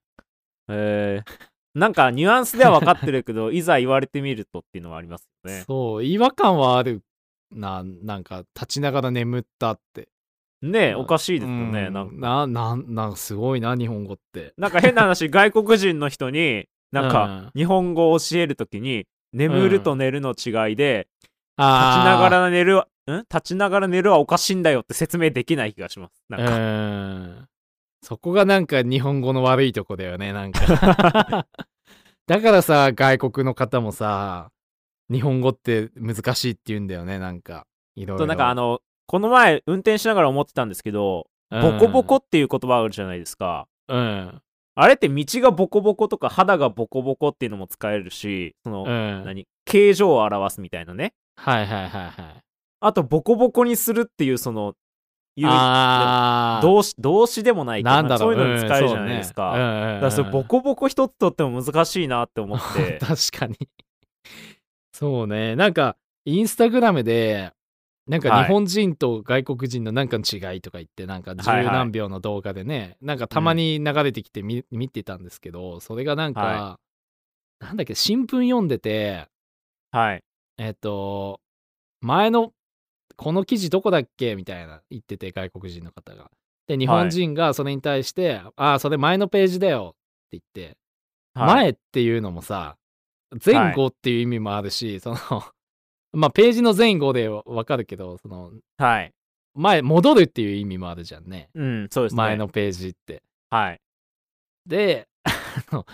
S2: へえなんかニュアンスでは分かってるけど、い ざ言われてみるとっていうのはありますよね。
S1: そう、違和感はあるな、なんか、立ちながら眠ったって。
S2: ねえ、
S1: まあ
S2: おかしいですよね。
S1: う
S2: なんか
S1: な、なん、なんかすごいな、日本語って。
S2: なんか変 な話、外国人の人に、なんか、日本語を教えるときに、眠ると寝るの違いで、立ちながら寝るは、ん立ちながら寝るはおかしいんだよって説明できない気がします。なんか、
S1: うん。そこがなんか日本語の悪いとこだよね、なん か。だからさ、外国の方もさ、日本語って難しいって言うんだよね、なんか。いろい
S2: と
S1: ろ。
S2: なんかあの、この前運転しながら思ってたんですけど、
S1: う
S2: ボ
S1: ん
S2: コボコ。っていう言葉あるじゃないですか。
S1: うん。
S2: あれって道がボコボコとか肌がボコボコっていうのも使えるし、そ
S1: う
S2: の、
S1: ん。
S2: 何形状を表すみたいなね。
S1: はいはいはいはい。
S2: あと、ボコボコにするっていう、その、いう
S1: ああ。
S2: 動詞動詞でもないけど
S1: なんだろう
S2: そういうのに使えるじゃないですか。
S1: うんそうねうんうんうん
S2: だからそれボコボコ一つとっても難しいなっ て思って
S1: 確かにそうねなんかインスタグラムでなんか
S2: はい
S1: 日本人と外国人のなんかの違いとか言ってなんか十
S2: はいはい
S1: 何秒の動画でね、なんかたまに流れてきて見,、見てたんですけどそれがなんか、
S2: は
S1: なんだっけ新聞読んでて
S2: はい
S1: えっ、と前のこの記事どこだっけみたいな言ってて外国人の方が。で日本人がそれに対して「ああそれ前のページだよ」って言って
S2: はい
S1: 前っていうのもさ前後っていう意味もあるし、その まあページの前後でわかるけどその
S2: はい
S1: 前戻るっていう意味もあるじゃんね
S2: うんそうですね
S1: 前のページって。
S2: はい
S1: で あの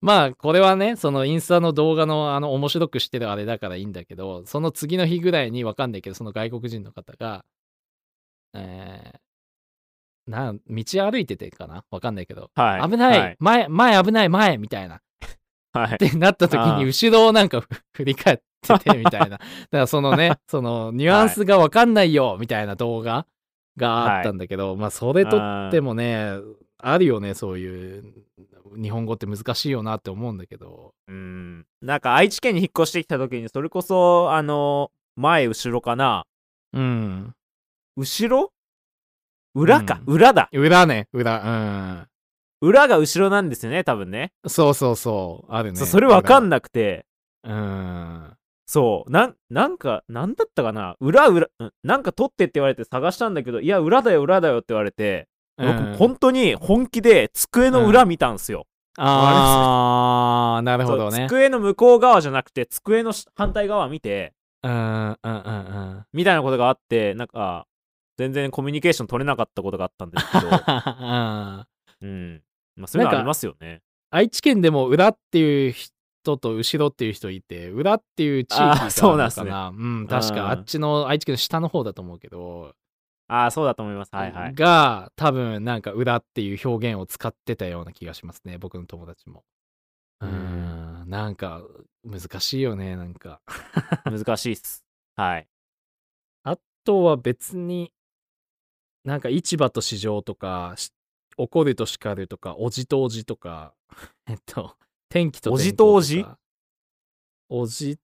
S1: まあこれはねそのインスタの動画のあの面白くしてるあれだからいいんだけどその次の日ぐらいにわかんないけどその外国人の方がえーなん道歩いててかなわかんないけど、
S2: はい
S1: 危ない、
S2: はい
S1: 前前危ない前みたいな
S2: はい
S1: ってなった時
S2: あ
S1: に
S2: あ
S1: 後ろをなんかふ 振り返っててみた いなだからそのねそのニュアンスが分かんないよみたいな動画があったんだけど、まあそれとってもねあるよねそういう日本語って難しいよなって思うんだけど
S2: うんなんか愛知県に引っ越してきた時にそれこそあの前後ろかな
S1: うん
S2: 後ろ裏か、
S1: う
S2: 裏だ
S1: 裏ね裏
S2: 裏が後ろなんですよね多分ね
S1: うんそうそうそうあるね
S2: そうそれ分かん
S1: ない
S2: なくて
S1: うん
S2: そうなんなんかなんだったかな裏裏うんなんか取ってって言われて探したんだけどいや裏だよ裏だよって言われて
S1: うん
S2: 僕本当に本気で机の裏見たんすよ、
S1: ああなるほど
S2: そう
S1: ね
S2: 机の向こう側じゃなくて机のし反対側見て
S1: うんうんうんう ん
S2: みたいなことがあってなんか全然コミュニケーション取れなかったことがあったんですけ ど、
S1: うん
S2: うんまあ、そう
S1: なん
S2: いうの
S1: か
S2: ありますよね
S1: 愛知県でも裏っていう人と後ろっていう人いて裏っていう地域がある
S2: あーそうなん
S1: の
S2: す
S1: か
S2: ね
S1: なうん確
S2: うん
S1: かあっちの愛知県の下の方だと思うけど、
S2: ああそうだと思いますはいはい
S1: が多分なんか裏っていう表現を使ってたような気がしますね僕の友達もう
S2: うん
S1: んなんか難しいよねなんかあ
S2: 難しいっす はい
S1: とは別になんか市場と市場とかし怒ると叱るとかおじとおじとか えっと天気と天候とか
S2: おじと
S1: お
S2: おじ
S1: じ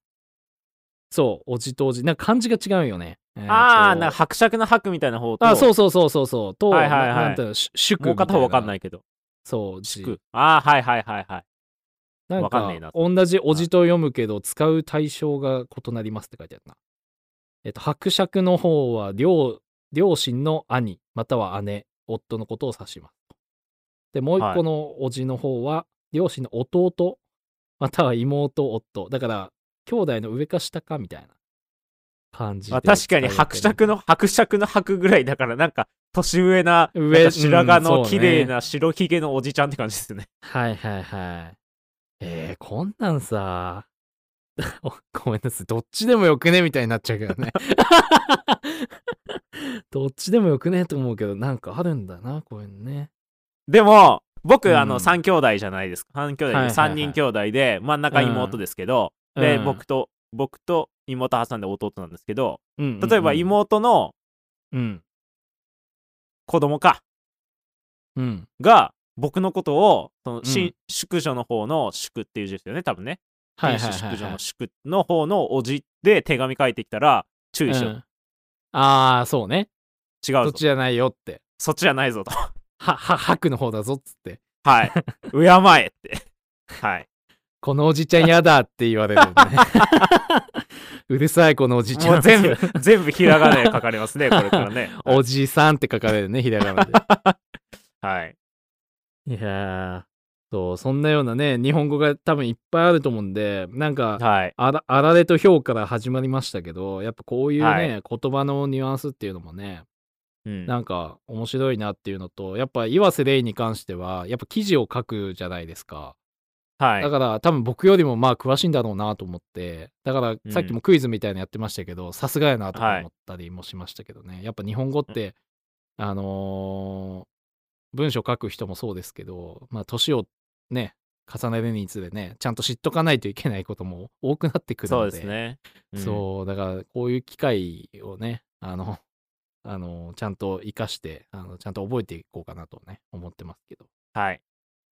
S1: そうおじとおじなんか漢字が違うよねえーと
S2: ああ、なんか伯爵の伯みたいな方と、、
S1: あ、そううそうそうそうそう。と、
S2: はいはいはい
S1: ななんていうの、し祝。
S2: もう片方わかんないいけど、
S1: そう、字
S2: 祝。ああ、はいはいはいはい。
S1: なんか
S2: わかんねえな
S1: 同じおじと読むけど、使う対象が異なりますって書いてあるな。えっと、伯爵の方は両、両親の兄、または姉、夫のことを指します。で、もう一
S2: は
S1: 個
S2: い
S1: のおじの方は、両親の弟、または妹、夫。だから、兄弟の上か下かみたいな感じで
S2: まあ、確か
S1: 使われ
S2: に
S1: て
S2: 伯
S1: る
S2: 爵の伯爵の伯ぐらいだからなんか年上な
S1: 上
S2: なんか白髪
S1: うん
S2: の
S1: そうね
S2: 綺麗な白ひげのおじちゃんって感じで すね。
S1: はいはいはい。えー、こんなんさ、 おごめんなさい、どっちでもよくねみたいになっちゃうけどね。 どっちでもよくねと思うけど、なんかあるんだな、こういうのね。
S2: でも僕、
S1: うん
S2: あの3兄弟じゃないですか3兄弟
S1: はいはい
S2: で
S1: はい
S2: 3人兄弟で真ん中妹ですけど、で
S1: うん
S2: 僕、と僕と妹挟んで弟なんですけど
S1: うんうんうん
S2: 例えば、妹の
S1: うん、
S2: 子供か
S1: うん、
S2: が僕のことをその、し
S1: うん
S2: 宿女の方の宿っていう字ですよね多分ね
S1: はいはい
S2: 天使
S1: はい、
S2: 宿女
S1: はい
S2: の。宿の方のおじで手紙書いてきたら注意しろ、
S1: うんああ、そうね。
S2: 違
S1: ど
S2: う
S1: っ
S2: ぞ
S1: ちじゃないよって。
S2: そっちじゃな いぞと
S1: は、は、白の方だぞっつって。
S2: はい。敬えって。 はい。
S1: このおじちゃんやだって言われ るよね。うるさい、このおじちゃ。
S2: もうん全部、全部ひらがなで書かれますね、これからね。
S1: おじさんって書かれるね、ひらがなで。
S2: はい。
S1: いやーそう、そんなようなね、日本語が多分いっぱいあると思うんで、なんか、
S2: はい。
S1: あらあられと評から始まりましたけど、やっぱこういうね、
S2: は
S1: 言葉のニュアンスっていうのもね、
S2: うん
S1: なんか面白いなっていうのと、やっぱ岩瀬レイに関しては、やっぱ記事を書くじゃないですか。
S2: はい
S1: だ。から多分僕よりもまあ詳しいんだろうなと思って、だからさっきもクイズみたいなのやってましたけど、さすがやなとか思ったりもしましたけどね、やっぱ日本語って、あのー文章書く人もそうですけど、まあ年をね、重ねるにつれね、ちゃんと知っとかないといけないことも多くなってくる
S2: そ
S1: の
S2: う
S1: で、
S2: ですね。うん
S1: そう、だからこういう機会をね、あの、あのちゃんと生かしてあの、ちゃんと覚えていこうかなとね、思ってますけど。
S2: はい。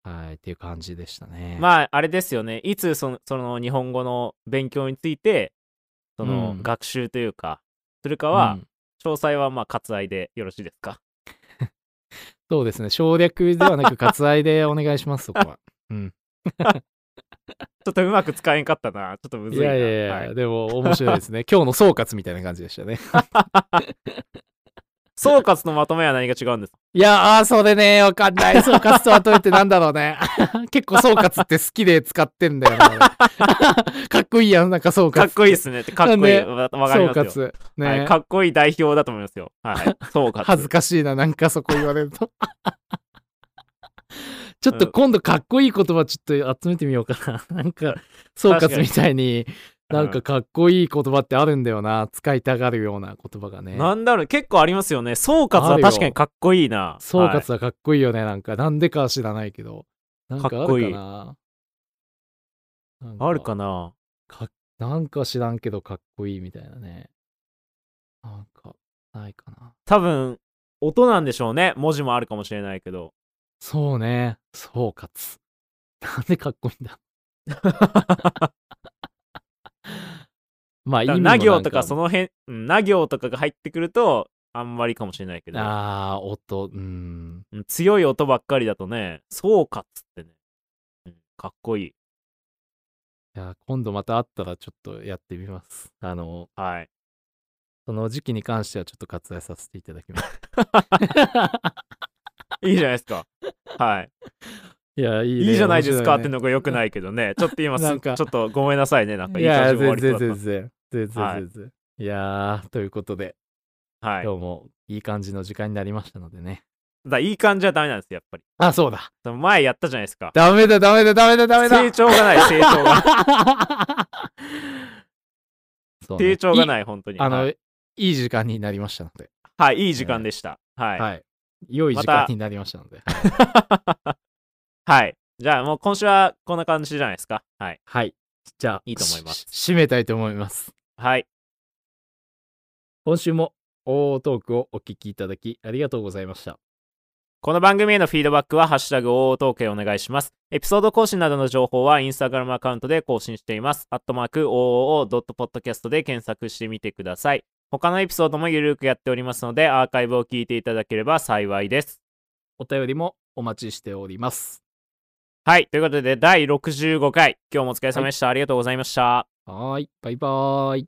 S1: はい、っていう感じでしたね。
S2: まあ、あれですよね。いつその、その日本語の勉強について、その、
S1: うん
S2: 学習というか、するか
S1: あ
S2: は、詳細はまあ、割愛でよろしいですか。
S1: そうですね。省略ではなく割愛でお願いします、そこは。
S2: ちょっとうまく使えんかったな。ちょっと む
S1: い
S2: ずいな。
S1: やいやいや、
S2: はい
S1: でも面白いです ね。今日の総括みたいな感じでしたね。
S2: 総括のまとめは何が違うんですか
S1: いや、あ ー、それね、わかんない。総括とはとれてなんだろうね。 結構総括って好きで使ってんだよな。 俺かっこいいやん、なんか総括。
S2: かっこいいですねって、かっこいい。
S1: なんで
S2: わわかりますよ。
S1: 総括。ね、
S2: はい、かっこいい代表だと思いますよ。 はい、総括。
S1: 恥ずかしいな、なんかそこ言われると。 ちょっと今度かっこいい言葉ちょっと集めてみようかな。 なんか総
S2: 確か
S1: 括
S2: に
S1: みたいに、
S2: うん
S1: なんかかっこいい言葉ってあるんだよな。使いたがるような言葉がね。
S2: なんだろう、結構ありますよね。総括
S1: あ
S2: は
S1: るよ
S2: 確かにかっこいいな。
S1: 総
S2: はい
S1: 括はかっこいいよね。なんかなんでかは知らないけど。なんかあるかな。なん
S2: あるかな。
S1: なんか知らんけどかっこいいみたいなね。なんかないかな。
S2: 多分、音なんでしょうね。文字もあるかもしれないけど。
S1: そうね。総括。なんでかっこいいんだ。 まあ、意味もな
S2: な行
S1: ん
S2: とかその辺、うんな行とかが入ってくると、あんまりかもしれないけど、
S1: ああ、音、うん。
S2: うん強い音ばっかりだとね、総括ってね、うんかっこいい。
S1: いや、今度また会ったらちょっとやってみます。あの、
S2: はい。
S1: その時期に関してはちょっと割愛させていただきます。
S2: いいじゃないですか。はい。
S1: いや、いい、ね、
S2: いいじゃないですかって
S1: 面
S2: のが良くないけ どね。ちょっと今す、
S1: な
S2: ち
S1: ん
S2: ょ
S1: か
S2: っとごめんなさいね。なんか
S1: 白
S2: い
S1: いね。
S2: い
S1: いや、
S2: 感じで終わ
S1: 全
S2: りそうだ
S1: 然
S2: った
S1: 全然。全然
S2: はい
S1: 全然。いやー、ということで、
S2: はい。
S1: 今日もいい感じの時間になりましたのでね。
S2: だからいい感じはダメなんですよやっぱり。
S1: あ、そうだ。
S2: その前やったじゃないですか。
S1: ダメだ、ダメだ、ダメだ、ダメだ。
S2: 成長 がない、成長が。
S1: そうね
S2: 成長が
S1: い
S2: ない、本当に。
S1: あの、
S2: はい
S1: い、い時間になりましたので、
S2: はい、いい時間でした。はい。
S1: はい。良い時
S2: ま
S1: 間
S2: た
S1: になりましたので、
S2: はい。じゃあもう今週はこんな感じじゃないですか。はい。
S1: はい。じゃあ、
S2: いいと思います
S1: し。し締めたいと思います。
S2: はい。
S1: 今週も、OO トークをお聞きいただき、ありがとうございました。
S2: この番組へのフィードバックは、ハッシュタグ OO トークへお願いします。エピソード更新などの情報は、インスタグラムアカウントで更新しています。アットマーク OOO.podcast で検索してみてください。他のエピソードもゆるくやっておりますので、アーカイブを聞いていただければ幸いです。
S1: お便りもお待ちしております。
S2: はい、ということで、第65回、今日もお疲れ様でした。ありがとうございました。
S1: はーい。バイバーイ。